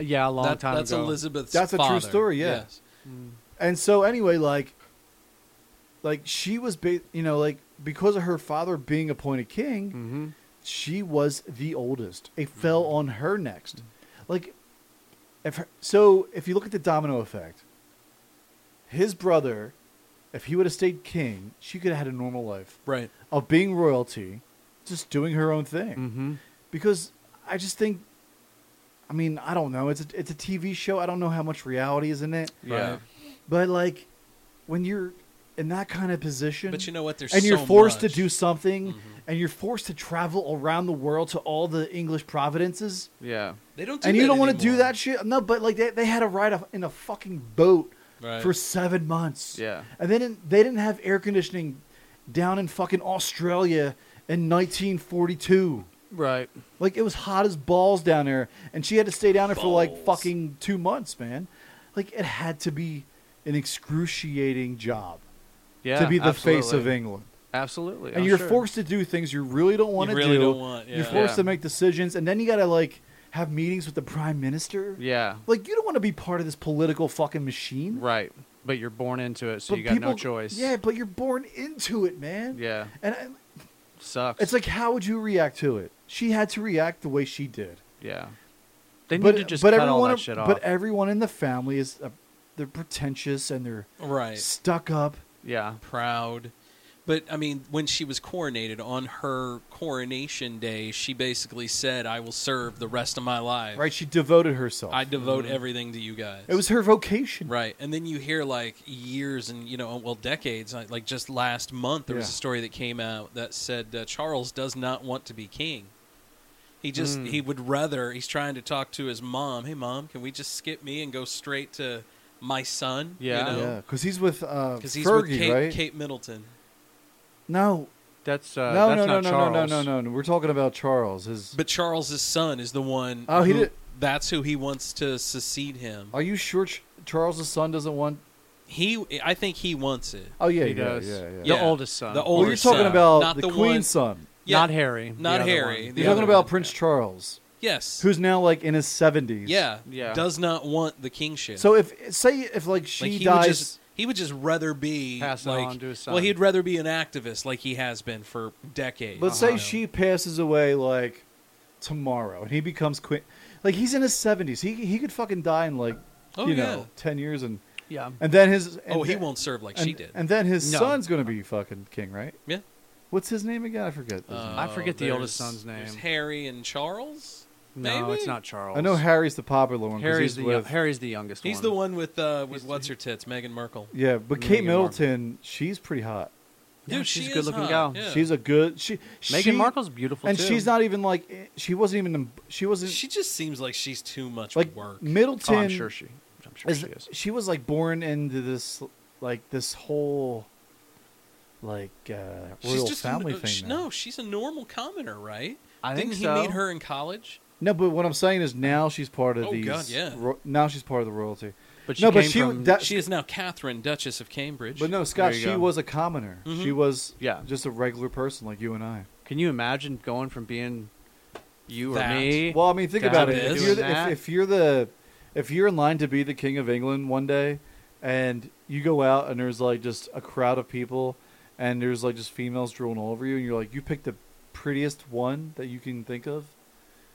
F: Yeah, a long
D: That- time that's ago. Elizabeth's
E: That's a true
D: father,
E: story. Yeah.
D: yes. Mm.
E: And so anyway, like, like she was, ba- you know, like because of her father being appointed king,
D: Mm-hmm.
E: she was the oldest. It fell on her
D: Mm.
E: next. Like, if her, so, if you look at the domino effect, his brother, if he would have stayed king, she could have had a normal life,
D: right?
E: Of being royalty, just doing her own thing. Mm-hmm. Because I just think, I mean, I don't know. It's a, it's a TV show. I don't know how much reality is in it.
F: Yeah. Right.
E: But like, when you're in that kind of position,
D: But you know what? There's
E: and you're
D: so
E: forced
D: much. Mm-hmm.
E: to do something, and you're forced to travel around the world to all the English providences.
F: Yeah.
D: They don't do
E: and you
D: that
E: don't want to do
D: anymore.
E: that shit. No, but like they, they had to ride a, in a fucking boat
F: Right.
E: for seven months.
F: Yeah.
E: and then they didn't have air conditioning down in fucking Australia in 1942.
F: Right.
E: Like it was hot as balls down there, and she had to stay down there for like fucking two months, man. Like it had to be an excruciating job.
F: Yeah.
E: to be the face of
F: absolutely.
E: England.
F: Absolutely.
E: and
F: I'm
E: you're
F: sure.
E: forced to do things you really don't want to
F: really
E: do.
F: don't want,
E: You're
F: yeah.
E: forced
F: Yeah.
E: to make decisions, and then you got to like have meetings with the prime minister.
F: Yeah.
E: Like you don't want to be part of this political fucking machine.
F: Right. But you're born into it, so
E: But
F: you got no
E: people-
F: choice.
E: Yeah, but you're born into it, man.
F: Yeah.
E: And I,
F: Sucks.
E: it's like, how would you react to it? She had to react the way she did.
F: Yeah. They need
E: but,
F: to just
E: but
F: cut
E: everyone,
F: all that shit off.
E: But everyone in the family is uh, they're pretentious and they're
D: Right.
E: stuck up.
F: yeah.
D: Proud. But I mean, when she was coronated on her coronation day, she basically said, "I will serve the rest of my life.
E: Right, she devoted herself.
D: I devote everything to you guys."
E: Mm-hmm. It was her vocation.
D: Right. And then you hear like years and, you know, well, decades. Like like just last month, there was
E: Yeah.
D: a story that came out that said uh, Charles does not want to be king. He just,
E: Hmm.
F: Mm.
D: he would rather, he's trying to talk to his mom. Hey, mom, can we just skip me and go straight to my son? You know?
E: because he's with uh,
D: Because he's
E: Fergie,
D: with Kate,
E: right?
D: Kate Middleton.
E: No,
F: that's uh,
E: no,
F: that's not
E: no, no, no,
F: Charles.
E: no, no, no, no. We're talking about Charles. His.
D: But Charles's son is the one.
E: Oh, he
D: who-
E: did-
D: That's who he wants to succeed him.
E: Are you sure Ch- Charles' son doesn't want?
D: He, I think he wants it.
E: Oh yeah, yeah, yeah, yeah,
F: The oldest son.
D: The
F: Well,
E: Well,
D: older
E: you're talking
D: son,
E: about
D: not
E: the,
D: the, one-
E: Queen's son.
D: Yeah.
F: Not Harry. the
D: Not
F: other
D: Harry.
F: one.
D: The
E: You're talking
D: other
E: about Prince Charles.
D: Yes.
E: Who's now like in his seventies.
D: Yeah, Does not want the kingship.
E: So if say if like
D: Like,
E: she
D: he
E: dies,
D: would just, he would just rather be
F: Pass it
D: like,
F: on to his
D: Well,
F: son.
D: he'd rather be an activist like he has been for decades.
E: let's
F: Uh-huh.
E: say she passes away like tomorrow, and he becomes queen. Like he's in his seventies. He he could fucking die in like
D: Oh,
E: you
D: yeah.
E: know ten years, and
F: Yeah.
E: and then his and
D: Oh, he
E: then-
D: won't serve like she
E: and-
D: did.
E: And then his
F: No.
E: son's gonna be fucking king, right?
D: Yeah.
E: What's his name again? I forget. his name.
F: I forget the oldest
D: Uh, there's-
F: son's
D: there's
F: name.
D: Harry and Charles.
F: No,
D: maybe?
F: it's not Charles.
E: I know Harry's the popular one. 'cause
F: Harry's the
E: he's with,
F: Harry's the youngest.
D: He's
F: one.
D: the one with uh, with what's her tits, Meghan Merkel.
E: Yeah, but Kate Middleton, she's pretty hot.
D: Dude,
F: Yeah,
D: she
F: she's a
D: is
F: good-looking gal.
D: hot, yeah.
E: She's a good. She
F: Meghan
E: she-
F: Markle's beautiful,
E: and
F: too.
E: she's not even like eh, she wasn't even. in- She wasn't
D: She just seems like she's too much
E: like
D: work.
E: Middleton.
F: Oh, I'm sure she. I'm sure she is.
E: She was like born into this, like this whole, like uh, royal family
D: a,
E: thing.
D: sh-
E: now.
D: No, she's a normal commoner, right?
F: I
D: Didn't
F: think
D: he
F: so.
D: meet her in college?
E: No, but what I'm saying is now she's part of
D: Oh,
E: these.
D: God, yeah.
E: ro- now she's part of the royalty.
F: But she
E: no, but
F: came
E: she
F: from-
E: that,
D: she is now Catherine, Duchess of Cambridge.
E: But no,
F: There
E: Scott,
F: you
E: she
F: go.
E: was a commoner.
D: Mhm.
E: She was
F: Yeah.
E: just a regular person like you and I.
F: Can you imagine going from being you
D: That.
F: or me?
E: Well, I mean, think
F: down
E: about
F: to
E: it. If
F: doing
E: you're, the, if,
F: that?
E: if you're the, if you're in line to be the king of England one day, and you go out and there's like just a crowd of people, and there's like just females drooling all over you, and you're like, you picked the prettiest one that you can think of,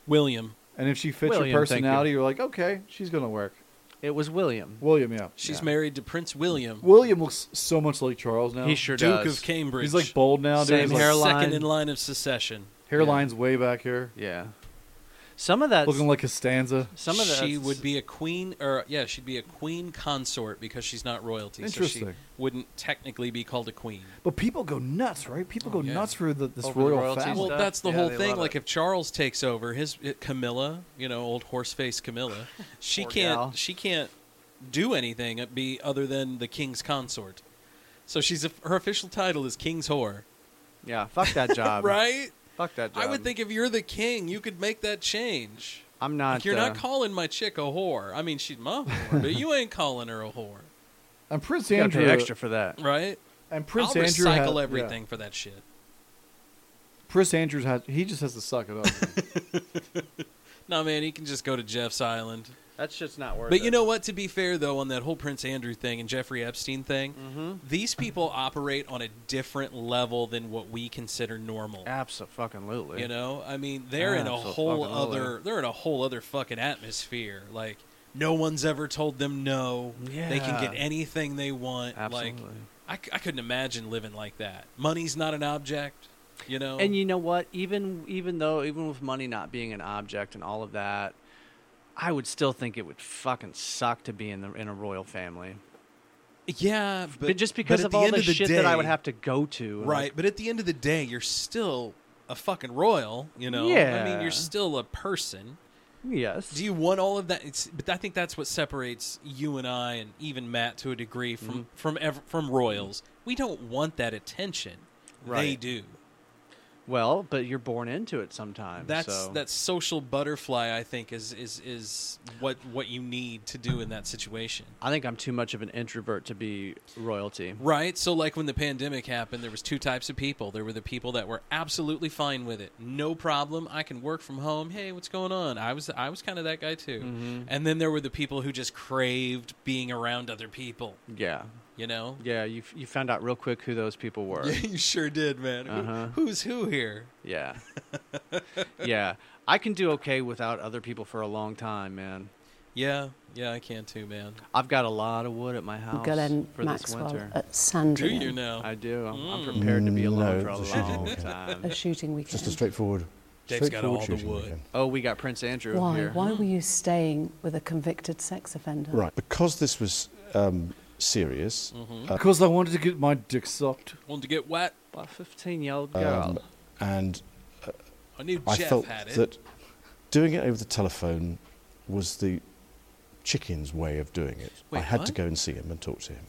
D: William.
E: and if she fits
F: William,
E: your
F: thank you.
E: personality, you're like, okay, she's gonna work.
F: it was William.
E: William, yeah.
D: She's married to Prince William,
E: William looks so much like Charles now.
F: He sure
D: Duke
F: does.
D: of Cambridge.
E: He's like bald now. dude.
F: Same
E: His,
D: He's
E: like,
F: hairline.
D: second in line of succession.
E: Hairline's way back here,
F: yeah. Some of that.
E: looking like Costanza.
F: Some of that.
D: she would be a queen, or yeah, she'd be a queen consort because she's not royalty, so she
E: Interesting.
D: wouldn't technically be called a queen.
E: But people go nuts, right? People go
D: Oh, yeah.
E: nuts for the, this
F: Over Oh, the
E: royal
F: royalty
E: family.
D: Well,
F: stuff?
D: that's the
F: Yeah,
D: whole
F: they
D: thing.
F: love
D: Like,
F: it.
D: if Charles takes over, his it- Camilla, you know, old horseface Camilla, she
F: Poor
D: can't.
F: gal.
D: She can't do anything at- be other than the king's consort. So she's a, her official title is king's whore,
F: Yeah. Fuck that job.
D: right?
F: Fuck that job.
D: I would think if you're the king, you could make that change.
F: I'm not.
D: Like, you're
F: uh,
D: not calling my chick a whore. I mean, she's my whore, but you ain't calling her a whore,
E: And Prince
F: you gotta pay
E: Andrew
F: extra for that.
D: right?
E: and Prince
D: I'll
E: Andrew
D: recycle
E: had-
D: everything for that shit.
E: yeah. Prince Andrews had he just has to suck it up.
D: No, man, he can just go to Jeff's Island.
F: That shit's not worth
D: But you know what? To be fair, though, on that whole Prince Andrew thing and Jeffrey Epstein thing,
F: Mm-hmm.
D: these people operate on a different level than what we consider normal.
F: Absolutely.
D: You know, I mean, they're in a whole
F: Abso-fucking-lutely.
D: other, they're in a whole other fucking atmosphere. Like, no one's ever told them no. They can get
F: Yeah.
D: anything they want. Like,
F: Absolutely.
D: I, c- I couldn't imagine living like that. Money's not an object. You know,
F: And you know what? Even even though even with money not being an object and all of that, I would still think it would fucking suck to be in the in a royal family.
D: yeah, but,
F: But, just because
D: but at
F: of all
D: end
F: the,
D: of the
F: shit that I would
D: day-
F: have to go to. like,
D: Right, but at the end of the day, you're still a fucking royal, you know. I mean,
F: Yeah.
D: you're still a person.
F: yes.
D: Do you want all of that? It's, but I think that's what separates you and I, and even Matt to a degree from
F: Mm-hmm.
D: from ev- from royals. We don't want that attention. They
F: Right.
D: do.
F: well, but you're born into it sometimes.
D: That's
F: so.
D: that social butterfly. I think is is is what what you need to do in that situation.
F: I think I'm too much of an introvert to be royalty.
D: Right. So like when the pandemic happened, there was two types of people. There were the people that were absolutely fine with it. No problem. I can work from home. Hey, what's going on? I was I was kind of that guy too.
F: Mm-hmm.
D: And then there were the people who just craved being around other people,
F: Yeah.
D: you know?
F: Yeah, you f- you found out real quick who those people were.
D: you sure did, man. Who-
F: Uh-huh.
D: who's who here?
F: yeah. yeah. I can do okay without other people for a long time, man.
D: Yeah, yeah, I can too, man.
F: I've got a lot of wood at my house
M: got a
F: for this
M: Maxwell
F: winter.
M: at Sandringham. Do you
D: now?
F: I do. I'm, I'm
M: Mm.
F: prepared to be alone
N: No,
F: for a
N: it's a shooting
F: long
N: weekend.
F: time.
M: A shooting weekend.
N: Just a straightforward. straightforward shooting weekend.
F: Oh, we got Prince Andrew
M: Why?
F: here.
D: Hmm.
M: Why were you staying with a convicted sex offender?
N: Right, because this was um, serious. uh,
E: Because I wanted to get my dick sucked.
D: Want to get wet?
F: By 15 year old
N: um,
F: girl.
N: and uh,
D: I knew
N: I
D: Jeff
N: felt
D: had it.
N: that doing it over the telephone was the chicken's way of doing it. I
D: Wait,
N: had to
D: what?
N: go and see him and talk to him.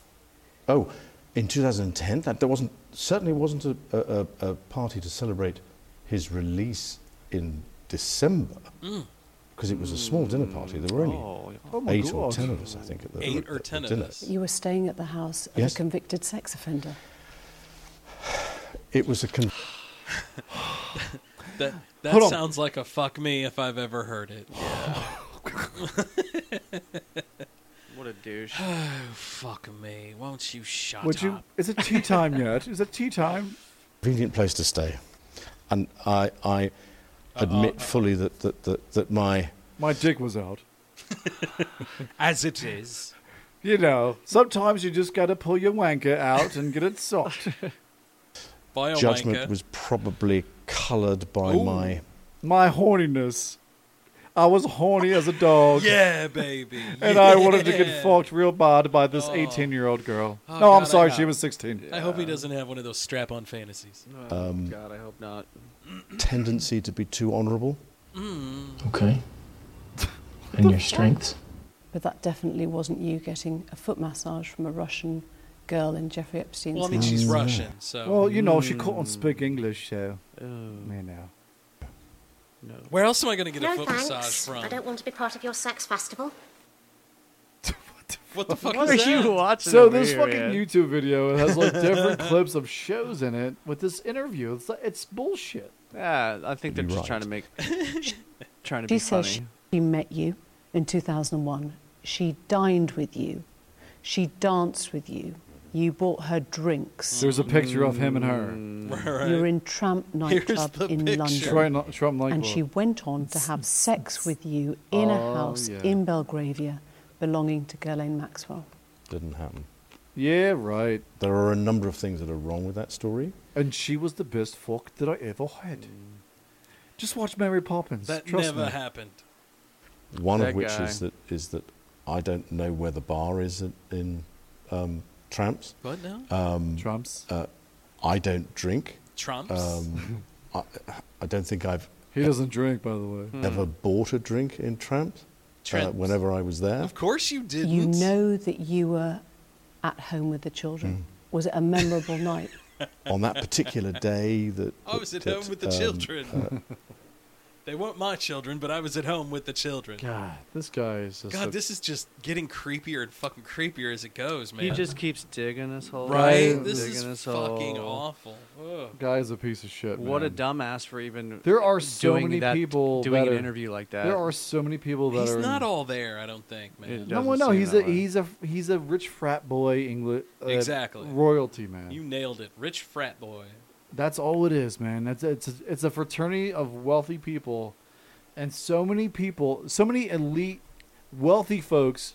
N: Oh, in 2010, that there wasn't certainly wasn't a, a, a a party to celebrate his release in December
D: Hmm.
N: because it was a small dinner party. There were only eight
M: Oh my
N: or
M: God.
N: ten of us, I think, at the
D: Eight or
N: at the
D: ten of
N: dinner.
D: us.
M: You were staying at the house of
N: Yes.
M: a convicted sex offender.
N: It was a con-
D: That
N: Hold
D: that
N: on.
D: sounds like a fuck me if I've ever heard it.
F: what a douche.
D: fuck me. Won't you shut
E: Would you?
D: up?
E: Is it tea time yet? Is it tea time?
N: convenient place to stay, and I I
E: Uh,
N: admit fully that that, that that my
E: My dick was out.
D: As it is.
E: You know, sometimes you just gotta pull your wanker out and get it sucked.
D: By a
N: judgment
D: wanker.
N: was probably coloured by
E: Ooh.
N: my
E: My horniness. I was horny as a dog.
D: Yeah, baby.
E: And I wanted to
D: Yeah.
E: get fucked real bad by this 18 year old girl.
D: Oh,
E: no,
D: God,
E: I'm sorry,
D: I-
E: she was 16.
D: I hope he doesn't have one of those strap-on fantasies.
F: Oh,
N: Um,
F: God, I hope not.
N: tendency to be too honourable.
E: Mm.
J: Okay. And your strengths?
M: But that definitely wasn't you getting a foot massage from a Russian girl in Jeffrey Epstein's
D: Well, I mean,
M: house.
D: she's
E: Mm,
F: Mm.
D: Russian, so.
E: Well, you know, she couldn't speak English, so. You know.
D: Where else am I going to get
O: no
D: a foot
O: thanks. uh,
D: massage from?
O: I don't want to be part of your sex festival.
D: What the fuck
F: What
D: was
F: are you
D: that?
F: watching
E: So
F: over
E: this
F: here,
E: fucking
F: man?
E: YouTube video it has like different clips of shows in it with this interview. It's, it's bullshit.
F: Yeah, I think they're
E: You're
F: just trying
E: right.
F: to make, trying to
M: She
F: be
M: says
F: funny.
M: she met you in 2001. She dined with you. She danced with you. You bought her drinks.
E: There's a picture of him and her.
M: You were in Tramp nightclub in London.
E: Tramp- Tramp
M: and
E: nightclub.
M: she went on to have sex with you in
E: Oh,
M: a house
E: yeah.
M: in Belgravia belonging to Ghislaine Maxwell.
N: Didn't happen.
E: Yeah, right.
N: There are a number of things that are wrong with that story.
E: And she was the best fuck that I ever had.
F: Mm.
E: Just watch Mary Poppins.
D: That
E: Trust
D: never
E: me.
D: happened.
N: One
E: That
N: of which
E: guy.
N: is that is that I don't know where the bar is in, in um, Tramps.
D: What now?
N: Um,
E: Tramps.
N: Uh, I don't drink.
D: Trumps?
N: Um, I, I don't think I've e-,
E: He doesn't drink, by the way.
N: ever
D: Hmm.
N: bought a drink in Tramps. Uh,
M: Tramps.
N: whenever I was there.
D: Of course you didn't.
M: You know that you were at home with the children. Was it a memorable night?
N: On that particular day that
D: I was at
N: that,
D: home with the
N: um,
D: children.
N: uh,
D: They weren't my children, but I was at home with the children.
E: God, this guy is just.
D: God,
E: a-
D: this is just getting creepier and fucking creepier as it goes, man.
F: He just keeps digging this hole.
D: Right?
F: Keeps
D: This
F: digging this
D: is fucking
F: hole.
D: awful. Ugh.
E: guy is a piece of shit.
F: What a
E: man.
F: dumbass for even.
E: There are so
F: doing
E: many
F: that-
E: people
F: doing
E: that
F: an
E: are-
F: interview like that.
E: There are so many people that
D: He's
E: are. in-
D: not all there, I don't think, man.
F: It
E: no, well, no, he's a he's a he's a rich frat boy, English uh,
D: Exactly.
E: royalty man.
D: You nailed it. Rich frat boy.
E: That's all it is, man. That's it's a, it's a fraternity of wealthy people, and so many people, so many elite, wealthy folks,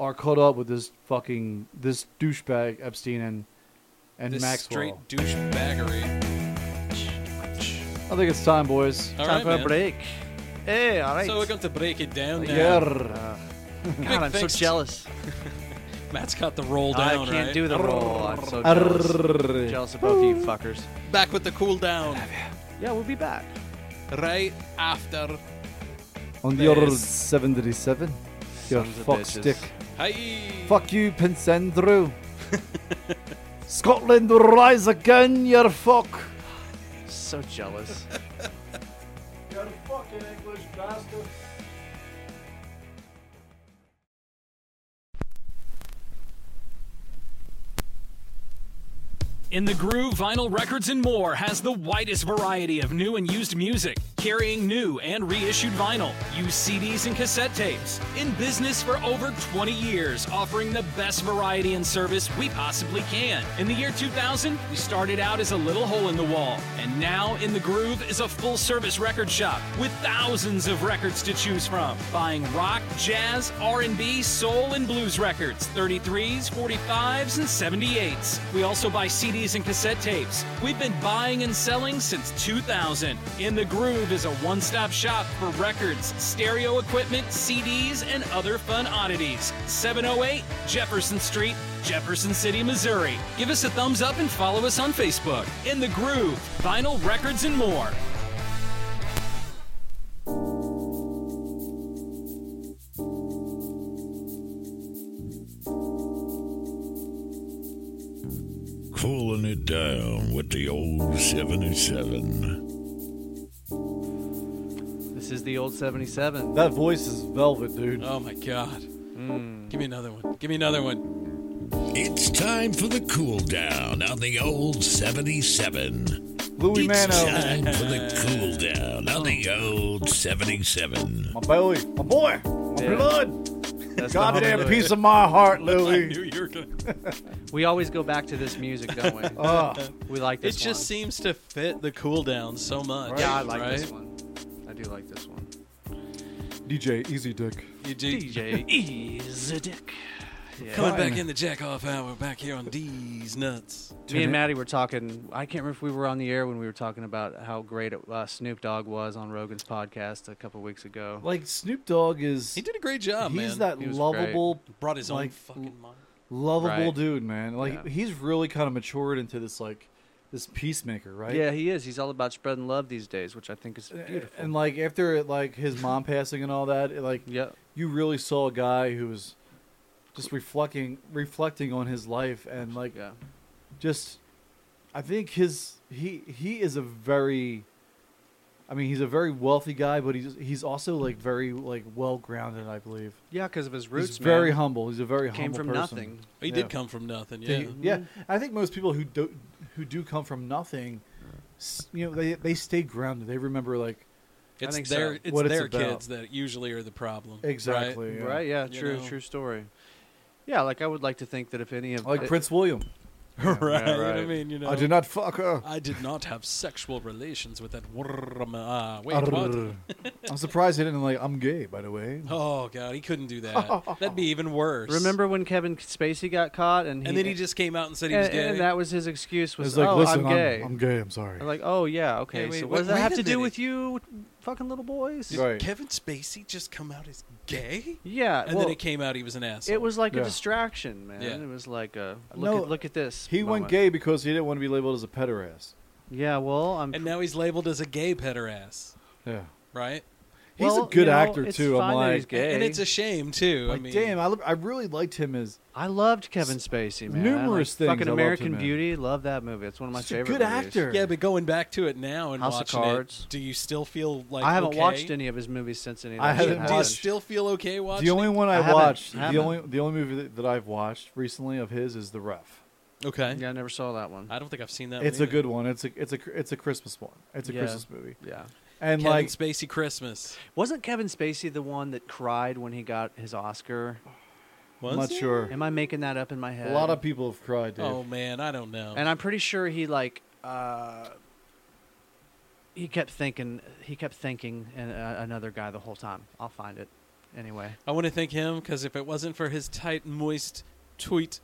E: are caught up with this fucking this douchebag Epstein and and
D: this
E: Maxwell.
D: straight douchebaggery.
E: I think it's time, boys.
D: All Time right, for a man. break.
F: Hey, all right.
D: So we're going to break it down now.
E: Yeah.
D: Big
F: God, I'm so
D: thanks-
F: jealous.
D: Matt's got the roll down,
F: I can't
D: right?
F: do the roll. I'm so jealous. jealous of both you fuckers.
D: Back with the cool down.
F: Yeah, we'll be back.
D: Right after.
E: On the other 77, your
F: Sons of
E: fuck
F: bitches.
E: stick.
D: Hey.
E: Fuck you, Prince Andrew. Scotland will rise again, your fuck.
F: So jealous.
E: You're fucking English bastard.
H: In the Groove Vinyl Records and More has the widest variety of new and used music.
P: carrying new and reissued vinyl, used CDs and cassette tapes. In business for over 20 years, offering the best variety and service we possibly can. In the year 2000, we started out as a little hole in the wall, and now In the Groove is a full service record shop with thousands of records to choose from. Buying rock, jazz, R&B, soul and blues records, 33s, 45s and 78s. We also buy CDs and cassette tapes. We've been buying and selling since 2000. In the Groove is a one-stop shop for records, stereo equipment, CDs and other fun oddities. 708 Jefferson Street, Jefferson City, Missouri. Give us a thumbs up and follow us on Facebook. In the Groove, vinyl records and more.
A: Cooling it down with the old 77.
F: This is the old 77.
E: That voice is velvet, dude.
D: Oh my god.
F: Hmm.
D: Give me another one. Give me another one.
A: It's time for the cool down on the old 77.
E: Louis
A: it's
E: Mano.
A: time for the cool down on the old 77.
E: My boy. My boy. My
A: Yeah.
E: blood.
A: That's the
E: Goddamn
A: Honolulu.
E: piece of my heart, Louis.
F: we always go back to this music, don't we? Oh,
E: Ah.
F: we like this
D: It just
F: one.
D: seems to fit the cooldown so much.
F: Yeah, I like
D: right?
F: this one. I do like this one.
E: DJ Easy Dick.
D: You do.
F: DJ Easy Dick. Yeah.
D: Coming back
F: Fine.
D: in the jack off hour, back here on D's Nuts.
F: Me and Maddie were talking. I can't remember if we were on the air when we were talking about how great uh, Snoop Dogg was on Rogan's podcast a couple weeks ago.
E: Like Snoop Dogg is. He
D: did a great job,
E: he's
D: man.
E: that
D: He was
E: lovable.
D: great. Brought his own
E: like,
D: fucking mind.
E: Lovable
F: Right.
E: dude, man. Like he's really kind of matured into this like this peacemaker, right?
F: Yeah, he is. He's all about spreading love these days, which I think is beautiful.
E: And like after like his mom passing and all that, it, like
F: yeah,
E: you really saw a guy who was just reflecting reflecting on his life and like just I think his he he is a very I mean he's a very wealthy guy, but he's he's also like very like well grounded, I believe.
F: Yeah, because of his roots.
E: He's very
F: man.
E: humble. He's a very
F: Came
E: humble
F: from
E: person.
F: nothing.
D: He did come from nothing, yeah. Mm-hmm.
E: He- yeah. I think most people who do who do come from nothing, s- you know, they they stay grounded. They remember like
D: It's their it's
E: what
D: their
E: about.
D: kids that usually are the problem. right?
E: Exactly,
F: Right? Yeah.
D: You
F: True.
D: know?
F: True story. Yeah, like I would like to think that if any of
E: Like
F: it-
E: Prince William.
F: Yeah,
D: right,
F: yeah,
D: You know what I
F: right.
D: mean? You know,
E: I did not fuck her.
D: I did not have sexual relations with that. worm. Ah, wait,
E: Arr.
D: what?
E: I'm surprised they didn't like. I'm gay, by the way.
D: oh god, he couldn't do that. That'd be even worse.
F: Remember when Kevin Spacey got caught and he,
D: And then he just came out and said he was
F: and- And
D: gay.
F: that was his excuse was
E: It's like,
F: oh
E: listen,
F: I'm gay.
E: I'm gay. I'm sorry.
F: like oh yeah okay
D: Yeah, wait,
F: so
D: wait,
F: what does that
D: wait
F: have
D: a
F: to do
D: minute.
F: with you fucking little boys?
D: Did Kevin Spacey just come out as gay?
F: Yeah,
D: and
F: well,
D: then it came out he was an asshole.
F: It was like
E: Yeah.
F: a distraction, man.
D: Yeah.
F: It was like a look
E: No,
F: at look at this.
E: He went gay because he didn't want to be labeled as a pederast.
F: Yeah, well, I'm.
D: and now he's labeled as a gay pederast,
E: Yeah.
D: right?
E: He's a good actor too. I'm like,
D: and it's a shame too.
E: Like,
D: I mean,
E: damn, I, li- I really liked him as
F: I loved Kevin Spacey, man. I
E: numerous
F: like
E: things I
F: Fucking
E: loved
F: American
E: him in.
F: Beauty, love that movie. It's one of my
E: He's a
F: favorite.
E: good
F: movies.
E: actor.
D: yeah, but going back to it now and
F: House of
D: watching
F: Cards.
D: it, do you still feel like
F: I haven't
D: okay?
F: watched any of his movies since any. Of
E: I
F: that shit
E: haven't
D: Do you
F: happened.
D: still feel okay watching?
E: the only
D: it?
E: one I,
F: haven't-
E: watched.
F: haven't.
E: the only the only movie that, that I've watched recently of his is The Ref.
D: Okay.
F: Yeah, I never saw that one.
D: I don't think I've seen that.
E: It's
D: one
E: a good one. It's a it's a it's a Christmas one. It's a
F: Yeah.
E: Christmas movie.
F: Yeah.
E: and
D: Kevin
E: like
D: Spacey Christmas.
F: Wasn't Kevin Spacey the one that cried when he got his Oscar?
D: Was
E: not he? sure.
F: Am I making that up in my head?
E: a lot of people have cried. Dude.
D: Oh man, I don't know.
F: And I'm pretty sure he like uh, he kept thinking he kept thinking and uh, another guy the whole time. I'll find it anyway.
D: I want to thank him because if it wasn't for his tight, moist tweet,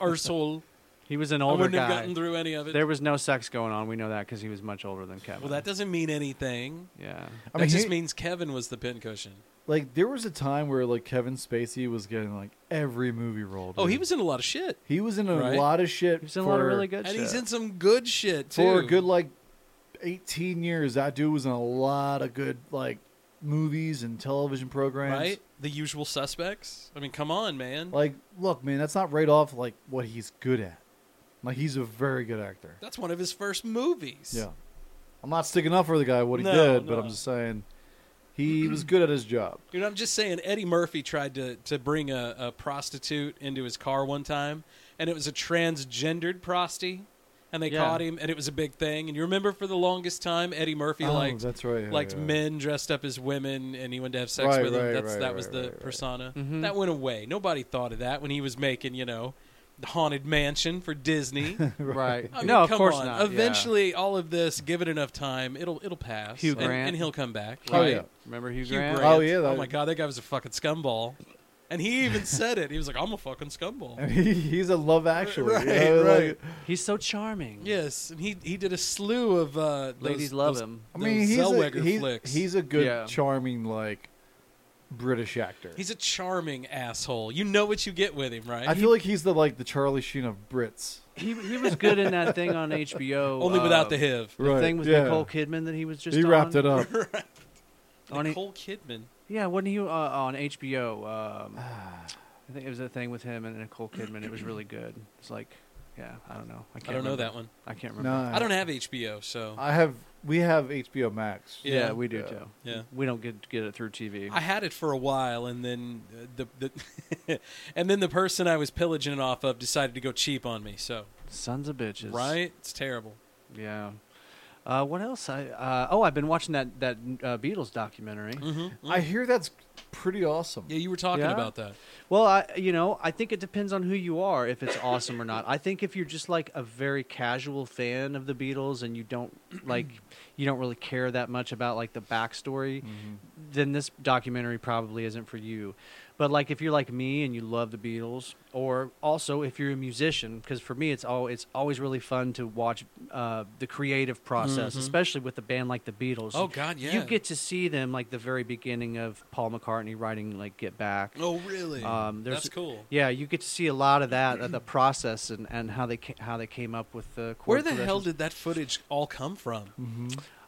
D: arsehole,
F: He was an
D: I
F: older
D: wouldn't have
F: guy.
D: gotten through any of it.
F: There was no sex going on. We know that because he was much older than Kevin.
D: well, that doesn't mean anything.
F: yeah.
E: I
D: That
E: mean,
D: just
E: he-
D: means Kevin was the pincushion.
E: Like there was a time where like Kevin Spacey was getting like every movie role.
D: Oh, he
E: dude.
D: was in a lot of shit.
E: he was in a
D: Right?
E: lot of shit. He
F: was in a lot of really good
D: and he's in some good shit too.
E: for a good like 18 years that dude was in a lot of good like movies and television programs
D: right? The usual suspects. I mean, come on, man.
E: like look man that's not right off like what he's good at like he's a very good actor
D: That's one of his first movies.
E: yeah i'm not sticking up for the guy what he
D: No,
E: did but
D: no.
E: i'm just saying he was good at his job
D: Dude, I'm just saying, Eddie Murphy tried to, to bring a, a prostitute into his car one time, and it was a transgendered prosty. and they
E: Yeah.
D: caught him, and it was a big thing. And you remember for the longest time, Eddie Murphy
E: Oh,
D: liked
E: that's right, yeah,
D: liked
E: yeah.
D: men dressed up as women, and he wanted to have sex
E: Right,
D: with them.
E: right,
D: That's
E: right,
D: that was
E: right,
D: the
E: right, right.
D: persona
F: Mm-hmm.
E: Mhm.
D: that went away. Nobody thought of that when he was making you know the Haunted Mansion for Disney.
F: Right.
D: I mean,
F: No, of
D: come
F: course
D: on.
F: not, yeah.
D: Eventually, all of this, give it enough time, it'll it'll pass.
F: Hugh
D: and-
F: Grant.
D: and, he'll come back.
F: Oh,
D: right?
F: yeah. Remember Hugh Grant?
E: Oh, yeah,
D: oh
E: that-
D: my god, that guy was a fucking scumball. And he even said it. He was like, "I'm a fucking scumball."
E: And he, he's a love actually.
D: Right,
E: you know,
D: right.
E: like-
F: He's so charming.
D: Yes, and he he did a slew of uh, those-
F: Ladies love
D: those-
F: him.
E: I mean,
D: those
E: he's a,
D: Zellweger
E: he's,
D: flicks.
E: he's a good,
D: Yeah.
E: charming, like British actor.
D: He's a charming asshole. You know what you get with him, right?
E: I feel like he's the like the Charlie Sheen of Brits.
F: He, he was good in that thing on HBO.
D: Only without the
F: hiv.
D: HIV.
F: The
E: Right,
F: thing with
E: yeah.
F: uh, Nicole Kidman that he was just
E: He wrapped
F: on.
E: it up.
F: On
D: Nicole Kidman.
F: Yeah, wasn't he uh, on HBO? Um, I think it was a thing with him and Nicole Kidman. It was really good. It's like, yeah, I don't know. I, can't
D: I don't know
F: remember.
D: that one.
F: I can't remember.
E: No.
D: I don't have HBO, so
E: I have we have HBO Max.
F: Yeah, we do too.
D: Yeah.
F: we don't get get it through TV.
D: I had it for a while, and then uh, the, the and then the person I was pillaging it off of decided to go cheap on me. So
F: Sons of bitches.
D: right, it's terrible.
F: Yeah. Uh, what else? I uh, oh, I've been watching that that uh, Beatles documentary.
E: I hear that's pretty awesome.
D: Mm-hmm. Yeah, you were talking
F: Yeah.
D: about that.
F: Well, I you know I think it depends on who you are if it's awesome or not. I think if you're just like a very casual fan of the Beatles and you don't like you don't really care that much about like the backstory,
D: Mm-hmm.
F: then this documentary probably isn't for you. But like if you're like me and you love the Beatles, or also if you're a musician, because for me it's all it's always really fun to watch uh, the creative process,
D: Mhm.
F: especially with a band like the Beatles.
D: Oh, God,
F: You
D: yeah.
F: get to see them like the very beginning of Paul McCartney writing like Get Back.
D: Oh, really?
F: Um, there's-
D: That's cool.
F: Yeah, you get to see a lot of that, uh, the process, and, and how they ca- how they came up with the.
D: Where
F: chord
D: the hell
F: progressions.
D: did that footage all come from?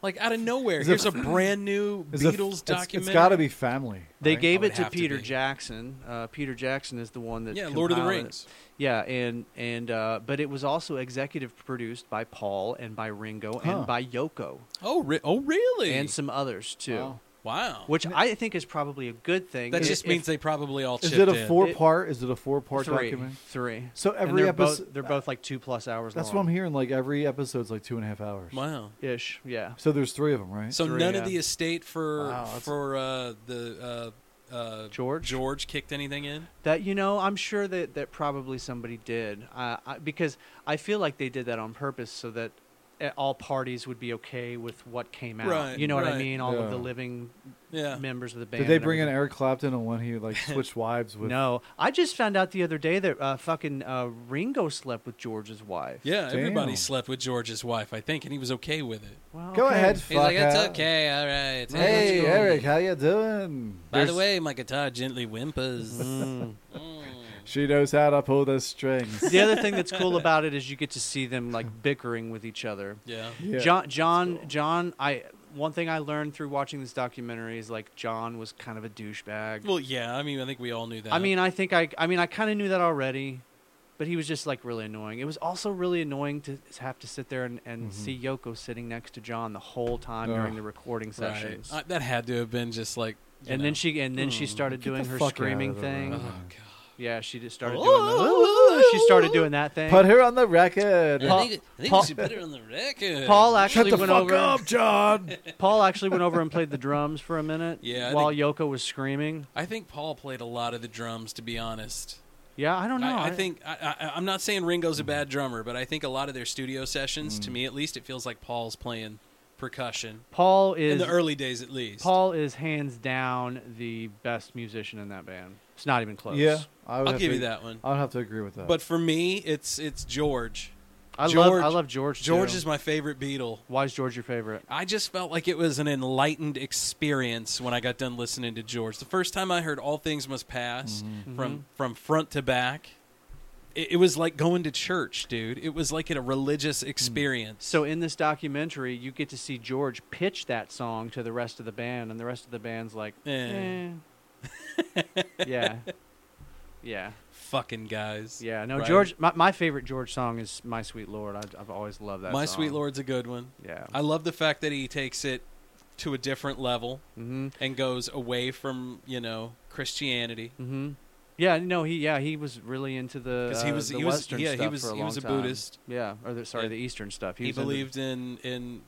D: Like out of nowhere.
E: Mm-hmm. Is it-
D: Here's a brand new
E: is it- it's-
D: Beatles documentary.
E: It's got to be family.
F: They
E: right?
F: gave
D: would
F: it to
D: have to
F: Peter
D: be.
F: Jackson. Uh, Peter Jackson is the one that
D: Yeah, Lord of the
F: compiled it.
D: Rings.
F: Yeah, and and uh, but it was also executive produced by Paul and by Ringo
D: Huh.
F: and by Yoko
D: Oh, re- oh, really?
F: and some others too.
D: Wow. Wow.
F: Which I think is probably a good thing.
D: That
F: If-
D: just
F: if-
D: means they probably all
E: Is
D: chipped
E: it a
D: in.
E: four part? Is it a four part
F: three,
E: document?
F: Three.
E: So
F: And
E: every
F: they're both-
E: episode-
F: they're both like two plus hours.
E: That's what
F: long.
E: I'm hearing. Like every episode's like two and a half hours.
D: Wow.
F: Ish. Yeah.
E: So there's three of them, right?
D: So
F: Three,
D: none
F: yeah.
D: of the estate for
F: Wow, that's-
D: for uh, the uh, uh,
F: George?
D: George kicked anything in?
F: That you know, I'm sure that that probably somebody did, uh, I, because I feel like they did that on purpose so that uh, all parties would be okay with what came out.
D: Right,
F: you know what I
D: right.
F: mean? All of
E: Yeah.
F: the living
D: Yeah.
F: members of the band.
E: Did they
F: and
E: bring in
F: everything.
E: Eric Clapton and when he like switched wives with?
F: No, I just found out the other day that uh, fucking uh, Ringo slept with George's wife.
D: Yeah, everybody
E: Damn.
D: slept with George's wife, I think, and he was okay with it.
F: Well,
E: Go
F: okay.
E: ahead,
D: He's like,
E: fucker.
D: it's okay, all right. it's-
E: Hey,
D: it's cool."
E: Eric, how you doing?
D: By
E: There's-
D: the way, my guitar gently whimpers.
F: Mm.
E: she knows how to pull the strings.
F: the other thing that's cool about it is you get to see them like bickering with each other.
D: Yeah.
E: Yeah.
F: John John John I one thing I learned through watching this documentary is like John was kind of a douchebag.
D: Well, yeah, I mean, I think we all knew that.
F: I mean, I think I I mean I kind of knew that already, but he was just like really annoying. It was also really annoying to have to sit there and, and
E: Mm-hmm.
F: see Yoko sitting next to John the whole time during
D: Ugh.
F: the recording sessions.
D: Right. Uh, that had to have been just like. you
F: and
D: know.
F: then she and then she
D: Mm.
F: started
D: Get
F: doing
D: the
F: her
D: fuck out
F: screaming
D: of the
F: thing.
D: room. Oh,
F: yeah, she just started doing the, she started doing that thing.
E: Put her on the record.
F: I think- I think Paul- we should put her
D: on the record.
F: Paul actually
E: Shut the
F: went
E: fuck
F: over.
E: up, John.
F: Paul actually went over and played the drums for a minute.
D: Yeah, I
F: while
D: think-
F: Yoko was screaming.
D: I think Paul played a lot of the drums, to be honest.
F: Yeah, I don't know.
D: I, I think I, I, I'm not saying Ringo's a bad drummer, but I think a lot of their studio sessions,
F: Mm.
D: to me at least, it feels like Paul's playing percussion
F: Paul is
D: in the early days, at least.
F: Paul is hands down the best musician in that band. It's not even close.
E: Yeah, I would
D: I'll
E: have
D: give
E: to-
D: you that one.
E: I would have to agree with that.
D: But for me, it's it's George.
F: I love- I love George,
D: George
F: too.
D: is my favorite Beatle.
F: Why is George your favorite?
D: I just felt like it was an enlightened experience when I got done listening to George. The first time I heard "All Things Must Pass"
F: Mhm.
D: from from front to back, it, it was like going to church, dude. It was like a religious
F: Mm.
D: experience.
F: So in this documentary, you get to see George pitch that song to the rest of the band, and the rest of the band's like,
D: Eh.
F: Mm. eh. yeah, yeah.
D: Fucking guys.
F: Yeah, no,
D: Right?
F: George. My, my favorite George song is "My Sweet Lord." I've, I've always loved that.
D: My
F: song.
D: Sweet Lord's a good one.
F: Yeah.
D: I love the fact that he takes it to
F: Mm-hmm.
D: a different level and goes away from, you know, Christianity.
F: Mhm. Yeah, no, he yeah he was really into the
D: 'Cause he
F: uh,
D: was-
F: the
D: he was-
F: Western
D: yeah, he
F: stuff
D: was-
F: for a
D: he
F: long
D: was a
F: time.
D: Buddhist.
F: Yeah, or the, sorry, the Eastern stuff. He,
D: he
F: was into-
D: believed in in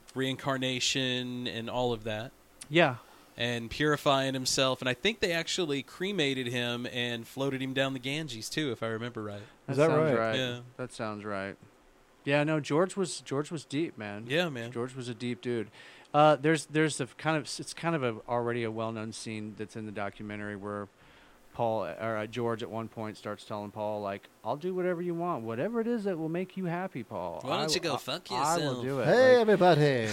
D: reincarnation and all of that.
F: Yeah.
D: and purifying himself. And I think they actually cremated him and floated him down the Ganges too, if I remember right.
F: That sounds right?
D: Yeah.
F: That sounds right. Yeah, no, George was George was deep, man.
D: Yeah, man.
F: George was a deep dude. Uh, there's there's a f- kind of it's kind of a already a well known scene that's in the documentary where Paul or uh, George at one point starts telling Paul like I'll do whatever you want, whatever it is that will make you happy, Paul.
D: Why
F: I
D: don't you
F: w-
D: go
F: I-
D: fuck
F: I will
D: yourself."
F: do it.
E: Hey
F: Like,
E: everybody!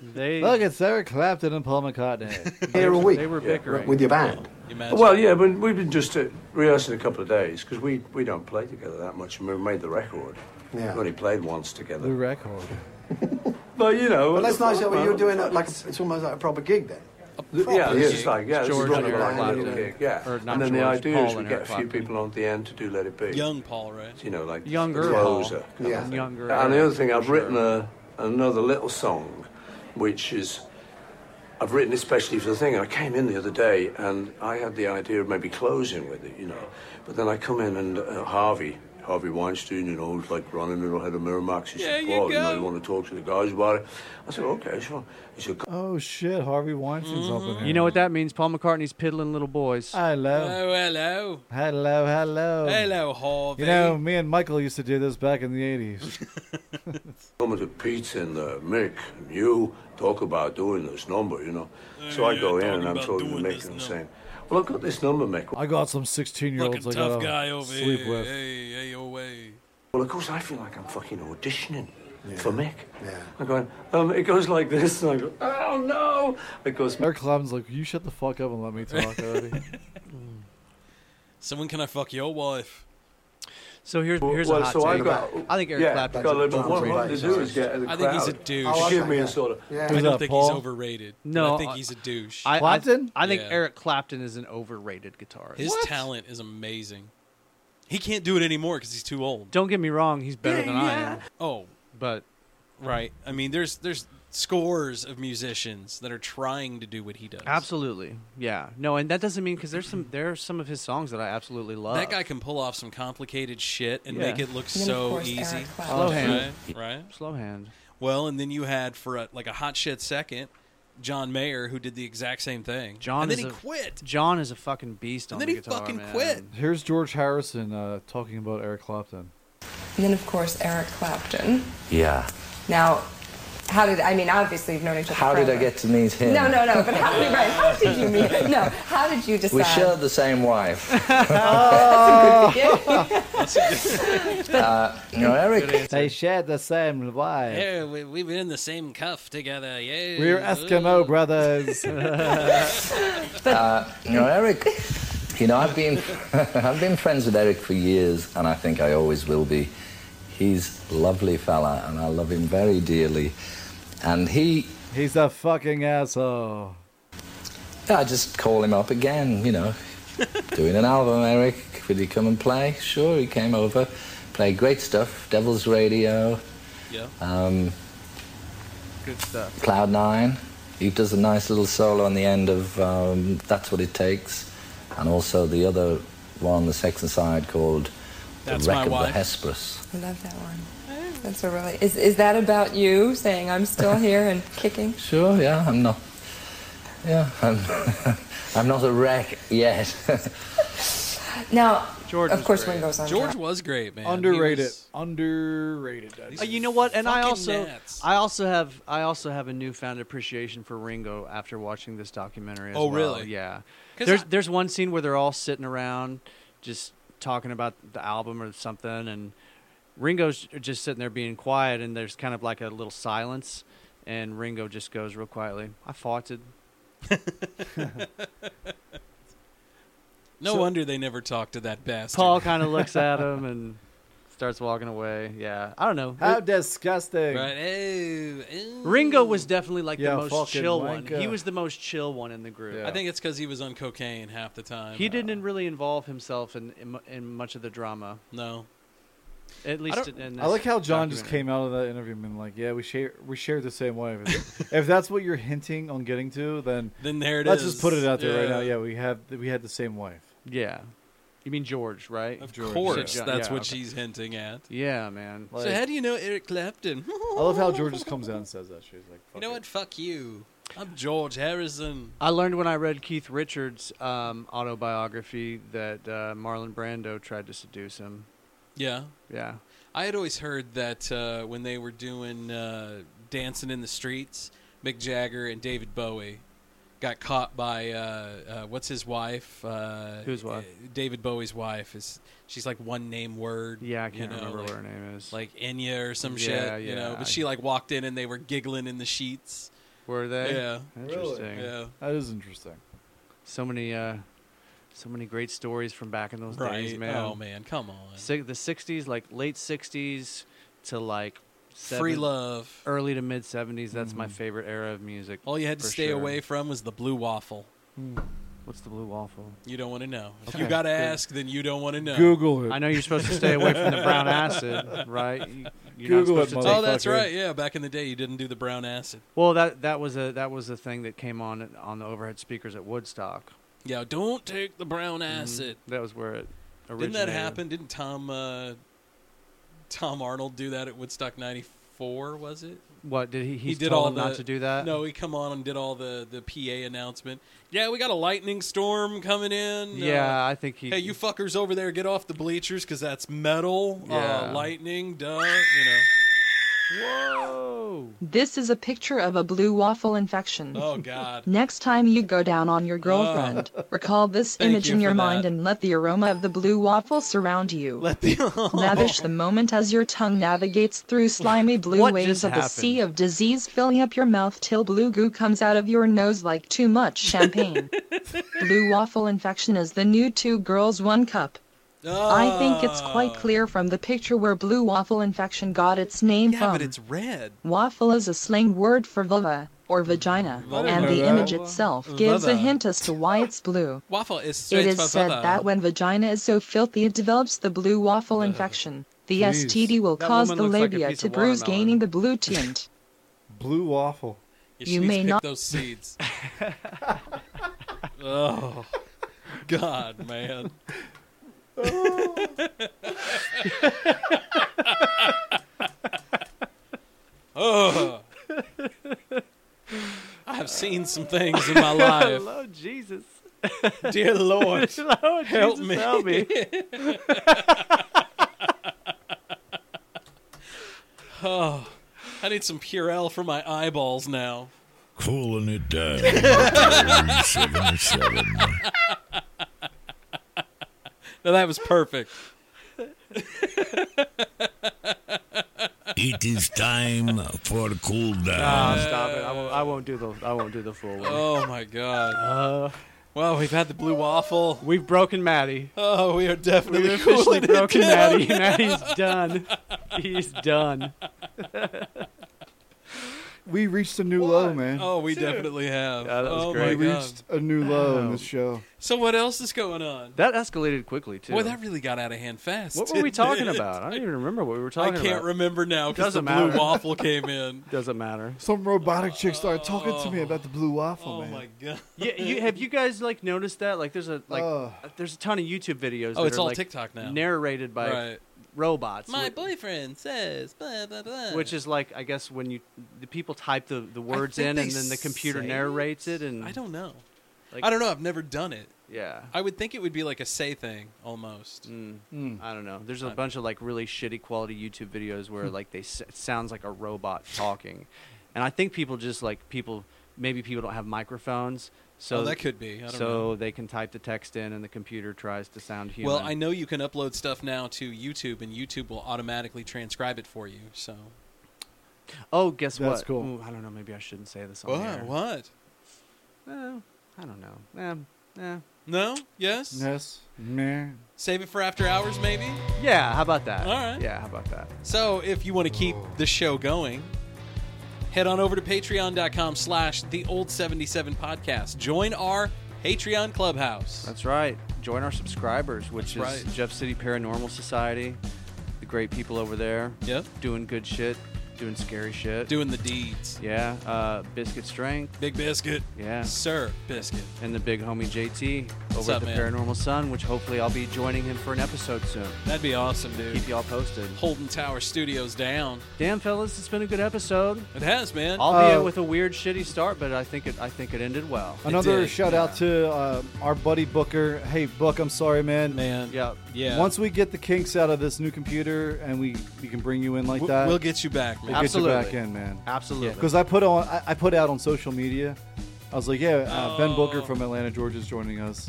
F: they
E: Look, it's Eric Clapton and Paul McCartney.
F: They were- they were bickering. With your band.
Q: Well, yeah, but we've been just uh, rehearsing a couple of days because we, we don't play together that much, and we made the record.
J: Yeah.
Q: We only played once together.
E: The record.
Q: But you know,
J: But that's nice.
Q: well,
J: that You're doing it like it's almost like a proper gig then.
Q: yeah,
J: Yes.
Q: it's just like yeah,
J: George
Q: George this is
J: and
Q: like a
J: Eric
Q: little
J: Clapton.
Q: gig, yeah.
J: Or not
Q: and then the
J: George,
Q: idea
J: Paul
Q: is we
J: and
Q: get a
J: Eric
Q: few
J: Clapton.
Q: people on at the end to do Let It Be.
D: Young Paul, right?
Q: You know, like
F: Younger
Q: the closer.
F: Paul. Yeah. Younger
Q: And the
F: Eric,
Q: other thing, I've
F: for
Q: written a, another little song, which is I've written especially for the thing. I came in the other day and I had the idea of maybe closing with it, you know. But then I come in and uh, Harvey, Harvey Weinstein, you know, was like running the head of Miramax. He
D: Yeah,
Q: said,
D: you
Q: Paul, you, know,
D: go.
Q: you want to talk to the guys about it? I said, okay, sure. He said,
E: Oh shit, Harvey Weinstein's up in
D: Mm-hmm.
E: here.
F: You know what that means? Paul McCartney's piddling little boys.
E: Hello.
D: Oh, hello.
E: Hello, hello.
D: Hello, Harvey.
E: You know, me and Michael used to do this back in the 80s.
Q: Someone to Pete and uh, Mick and you talk about doing this number, you know. so I go in and I'm talking to Mick and I'm saying, Well, I've got this number, Mick.
E: I got some 16 year olds I
Q: tough
E: gotta
Q: guy over
E: sleep
Q: here.
E: with.
D: Hey, hey, away.
Q: Well, of course, I feel like I'm fucking auditioning for Mick. Yeah. I'm going, um, It goes like this, and I go, Oh no! It goes,
E: Eric Clapton's like, you shut the fuck up and let me talk already.
D: Someone can I fuck your wife?
F: So here's
D: Well,
F: here's
D: well,
F: a hot
D: so I
F: take.
D: got-
F: I think Eric
D: yeah,
F: Clapton's
D: got
F: a
D: a little
F: total
D: more
F: freak.
D: what to do is get in the I think he's a crowd. douche. Oh, I
Q: Give
D: like
Q: me a
D: that.
Q: sort of.
D: Yeah. I Who's don't that, think he's Paul? overrated, but I
F: No,
D: think he's a douche.
F: I, I-
D: Clapton?
F: I, think
D: Yeah.
F: Eric Clapton is an overrated guitarist.
D: His talent is amazing. He can't do it anymore because he's too old.
F: Don't get me wrong, he's better than I am.
D: Oh,
F: but
D: right. I mean, there's there's scores of musicians that are trying to do what he does.
F: Absolutely, yeah. No, and that doesn't mean because there's some there are some of his songs that I absolutely love.
D: That guy can pull off some complicated shit and
F: Yeah.
D: make it look
F: And then, of
D: so
F: course,
D: easy.
F: Eric Clapton. Slow hand.
D: Right? right?
F: Slow hand.
D: Well, and then you had for a, like a hot shit second, John Mayer, who did the exact same thing.
F: John
D: and then
F: is
D: he
F: a,
D: quit.
F: John is a fucking beast
D: And
F: on
D: then
F: the
D: he
F: guitar.
D: fucking
F: man.
D: quit.
E: Here's George Harrison uh, talking about Eric Clapton.
R: Then, of course, Eric Clapton.
S: Yeah.
R: Now, how did I mean? Obviously, you've known each other.
S: How did I
R: forever.
S: get to meet him?
R: No, no, no. But how did right? How did you meet? No. How did you decide?
S: We shared the same wife.
R: That's a good beginning.
S: uh, you know, Eric.
E: They shared the same wife.
D: Yeah, we, we've been in the same cuff together. Yeah,
E: We're Eskimo brothers.
S: Uh, you know, Eric. You know, I've been I've been friends with Eric for years, and I think I always will be. He's a lovely fella, and I love him very dearly. And he
E: He's a fucking asshole.
S: Yeah, I just call him up again, you know. Doing an album, Eric. Will you come and play? Sure, he came over. Played great stuff. Devil's Radio.
D: Yeah.
S: Um,
F: Good stuff.
S: Cloud Nine. He does a nice little solo on the end of um, That's What It Takes. And also the other one, the Sex and Side, called
R: That's
S: The
R: My
S: Wreck of
R: Wife.
S: the Hesperus.
R: I love that one. That's a really. Is is that about you saying I'm still here and kicking?
S: Sure, yeah, I'm not. Yeah, I'm, I'm not a wreck yet.
R: Now,
F: George
R: of
F: was
R: course,
F: great.
R: one goes on.
D: George was great, man.
E: Underrated.
D: He was-
E: Underrated.
F: Uh, you know what? And I
D: Fucking
F: also,
D: gnats.
F: I also have, I also have a newfound appreciation for Ringo after watching this documentary. As
D: Oh,
F: well.
D: really?
F: Yeah.
D: 'Cause
F: There's,
D: I-
F: there's one scene where they're all sitting around, just talking about the album or something, and Ringo's just sitting there being quiet, and there's kind of like a little silence, and Ringo just goes real quietly, "I farted."
D: no
F: So-
D: wonder they never talked to that bastard.
F: Paul kind of looks at him and starts walking away. Yeah, I don't know.
E: How disgusting.
D: Right. Ew, ew.
F: Ringo was definitely like
E: Yeah,
F: the most
E: fucking
F: chill one.
E: wanker.
F: He was the most chill one in the group.
D: I think it's because he was on cocaine half the time.
F: he didn't really involve himself in in, mu- in much of the drama.
D: No,
F: at
D: I
F: least
D: don't-
F: in. This
E: I like how John just
F: documentary.
E: came out of that interview and been like, "Yeah, we share we shared the same way." If- if that's what you're hinting on getting to, then
D: Then there it
E: let's
D: is.
E: just put it out there right
D: Yeah.
E: now. Yeah, we have we had the same wife.
F: Yeah, You mean George, right?
D: Of
F: George.
D: course,
F: Yeah,
D: that's
F: yeah,
D: what
F: okay.
D: she's hinting at.
F: Yeah, man.
D: so how do you know Eric Clapton?
E: I love how George just comes out and says that shit. He's like,
D: You know what? Fuck you. I'm George Harrison.
F: I learned when I read Keith Richards' um, autobiography that uh, Marlon Brando tried to seduce him.
D: Yeah.
F: Yeah.
D: I had always heard that uh, when they were doing uh, Dancing in the Streets, Mick Jagger and David Bowie got caught by uh, uh, what's his wife? Uh,
F: Whose wife?
D: uh, David Bowie's wife is she's like one name word.
F: Yeah, I
D: you
F: can't
D: know,
F: remember
D: like,
F: what her name is.
D: Like Enya or some
F: Yeah,
D: shit. You know,
F: yeah, I-
D: but she like walked in and they were giggling in the sheets.
F: Were they?
D: Yeah.
F: Interesting.
D: Yeah.
E: That is interesting.
F: So many, uh, so many great stories from back in those days,
D: Right.
F: man.
D: Oh, man, come on.
F: Si- the '60s, like late '60s to like
D: Free love,
F: early to mid '70s. That's my
D: Mhm.
F: favorite era of music.
D: All you had to
F: for
D: stay
F: sure. Hmm.
D: away from was the blue waffle.
F: What's the blue waffle?
D: You don't want to know. If
F: Okay.
D: you got to ask, then you don't want to know.
F: I know you're supposed to stay away from the brown acid, right? You- you're not supposed to take-
D: Oh, that's right. Yeah, back in the day, you didn't do the brown acid.
F: Well, that that was a that was a thing that came on on the overhead speakers at Woodstock.
D: Yeah, don't take the brown
F: Mm-hmm.
D: acid.
F: That was where it originated.
D: Didn't that happen? Didn't Tom uh, Tom Arnold do that at Woodstock '94? Was it?
F: What did he? He, did all not to do that.
D: No, he come on and did all the the PA announcement. Yeah, we got a lightning storm coming in. uh,
F: Yeah, I think he-
D: Hey, you fuckers over there, get off the bleachers because that's metal.
F: Yeah.
D: Uh, lightning, duh. You know.
F: Whoa.
T: This is a picture of a blue waffle infection.
D: Oh, God. Ah.
T: Next time you go down on your girlfriend, recall this
D: Thank
T: image
D: you
T: in your
D: for
T: mind
D: that.
T: and let the aroma of the blue waffle surround you. Let the Lavish the moment as your tongue navigates through slimy blue
F: What
T: waves
F: just
T: of a
F: happened?
T: sea of disease filling up your mouth till blue goo comes out of your nose like too much champagne. blue waffle infection is the new two girls one cup. I think it's quite
D: Ah.
T: clear from the picture where blue waffle infection got its name
D: Yeah,
T: from.
D: but it's red.
T: Waffle is a slang word for vulva or vagina,
D: Vulva.
T: and the
D: Vulva.
T: image itself gives a
D: Vulva.
T: hint as to why it's blue.
D: Waffle is. uh,
T: It
D: it's
T: is said
D: vulva.
T: that when vagina is so filthy it develops the blue waffle infection. The
E: Jeez.
T: STD will
E: That
T: cause
E: woman
T: the
E: looks like a
T: labia
E: piece
T: to
E: of
T: bruise,
E: watermelon.
T: gaining the blue tint.
E: Blue waffle.
T: You may not-
D: those seeds. oh, God, man. oh. I have seen some things in my life.
F: Lord Jesus.
D: Dear Lord,
F: Lord
D: help
F: Jesus,
D: me.
F: help me.
D: oh, I need some Purell for my eyeballs now.
A: Cooling it down. Room 77.
D: No, that was perfect.
A: It is time for cool down.
F: Ah, stop it! I won't, I won't do the I won't do the full one.
D: Uh,
F: Uh,
D: Oh my God. well, we've had the blue waffle.
F: We've broken Maddie.
D: Oh, we are definitely
F: We've officially
D: cooling it
F: broken Maddie.
D: down.
F: Maddie's done. He's done.
E: We reached a new low, man.
D: Oh, we definitely have.
F: that was
D: oh
F: great.
D: my
E: we
D: God.
E: reached a new low in this show.
D: So what else is going on?
F: That escalated quickly too.
D: Boy, that really got out of hand fast.
F: what were we
D: didn't
F: talking
D: it?
F: about? I don't even remember what we were
D: I
F: talking
D: can't
F: about.
D: remember now because the
F: Doesn't
D: blue
F: matter.
D: waffle came in.
F: Doesn't matter.
E: Some robotic chick started talking to me about the blue waffle,
D: Oh
E: man.
D: my god!
F: Yeah, you, have you guys like noticed that? Like, there's a like,
E: Ugh.
F: there's a ton of YouTube videos.
D: Oh,
F: that
D: it's
F: are,
D: all
F: like,
D: TikTok now.
F: narrated by
D: Right.
F: robots.
D: My
F: wh-
D: boyfriend says blah blah blah.
F: which is like, I guess when you the people type the, the words
D: think
F: in
D: they
F: and then the computer
D: say
F: narrates it, and
D: I don't know.
F: Like-
D: I don't know. I've never done it.
F: Yeah. Mm.
D: I would think it would be like a say thing almost. Hmm.
F: I don't know. There's a bunch of like really shitty quality YouTube videos
D: Hmm.
F: where like they s- it sounds like a robot talking, and I think people just like people maybe people don't have microphones, so
D: Oh, that could be. I don't
F: so
D: know.
F: they can type the text in, and the computer tries to sound human.
D: Well, I know you can upload stuff now to YouTube, and YouTube will automatically transcribe it for you. So
F: Oh, guess what?
D: That's cool.
F: Ooh, I don't know. Maybe I shouldn't say this on
D: what?
F: the air.
D: What?
F: Oh, I don't know. Um, yeah.
D: No? Yes?
E: Yes, man.
D: Save it for after hours, maybe.
F: Yeah. How about that?
D: All right.
F: Yeah. How about that?
D: So if you want to keep the show going, head on over to patreon.com slash the old 77 podcast. Join our Patreon clubhouse.
F: That's right. Join our subscribers, which
D: That's
F: is
D: right.
F: Jeff City Paranormal Society. The great people over there.
D: Yep.
F: Doing good shit. doing scary shit,
D: doing the deeds.
F: Yeah, uh, Biscuit Strength,
D: Big Biscuit,
F: yeah,
D: Sir Biscuit,
F: and the big homie JT over
D: What's
F: at
D: up,
F: the
D: man?
F: Paranormal Sun, which hopefully I'll be joining him for an episode soon.
D: That'd be awesome, dude.
F: Keep y'all posted.
D: Holden Tower Studios down.
F: Damn, fellas, it's been a good episode.
D: It has, man.
F: Albeit with a weird, shitty start, but I think it. I think it ended well.
E: Another shout out to uh, our buddy Booker. Hey, Book, I'm sorry, man.
D: Man,
F: yeah,
D: yeah.
E: Once we get the kinks out of this new computer and we we can bring you in like
D: We'll-
E: that,
D: we'll get you back, man.
E: We'll get you back
F: Absolutely.
E: in, man.
F: Absolutely.
E: Because I put on, I, I put out on social media. I was like, yeah, uh, Ben Booker from Atlanta, Georgia, is joining us,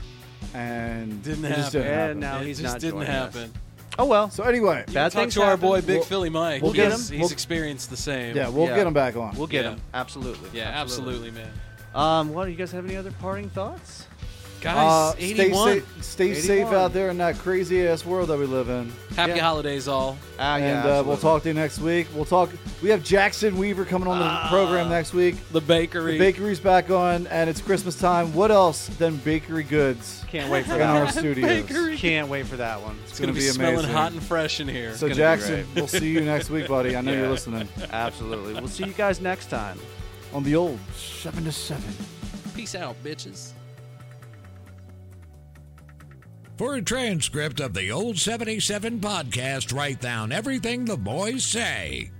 E: and
D: Oh. Didn't
E: it just
D: happen.
E: didn't happen.
F: And now he's
D: it just
F: not
D: didn't
F: joining us.
D: happen.
F: Oh well.
E: So anyway,
D: You
F: bad
D: talk
F: things
D: to our boy
F: happen.
D: Big
F: We'll-
D: Philly Mike.
F: we'll get
D: he's,
F: him.
D: he's
F: We'll-
D: experienced the same.
E: Yeah, we'll get him back on.
F: We'll get
D: Yeah.
F: him. Absolutely.
D: Yeah, absolutely, man.
F: Um, what do you guys have any other parting thoughts?
E: Uh, stay safe, stay safe out there in that crazy ass world that we live in.
D: Happy holidays, all.
F: Ah,
E: and uh, we'll talk to you next week. We'll talk. We have Jackson Weaver coming on the
F: Ah,
E: program next week.
D: The bakery.
E: The bakery's back on, and it's Christmas time. What else than bakery goods?
F: Can't wait for
E: in
F: that
E: our
F: one.
E: studios.
F: Can't wait for that one.
E: It's
D: It's gonna,
E: gonna
D: be,
E: be
D: smelling
E: amazing.
D: hot and fresh in here.
E: So Jackson, we'll see you next week, buddy. I know you're listening.
F: Absolutely. We'll see you guys next time.
E: On the old seven to seven.
D: Peace out, bitches.
A: For a transcript of the Old 77 podcast, write down everything the boys say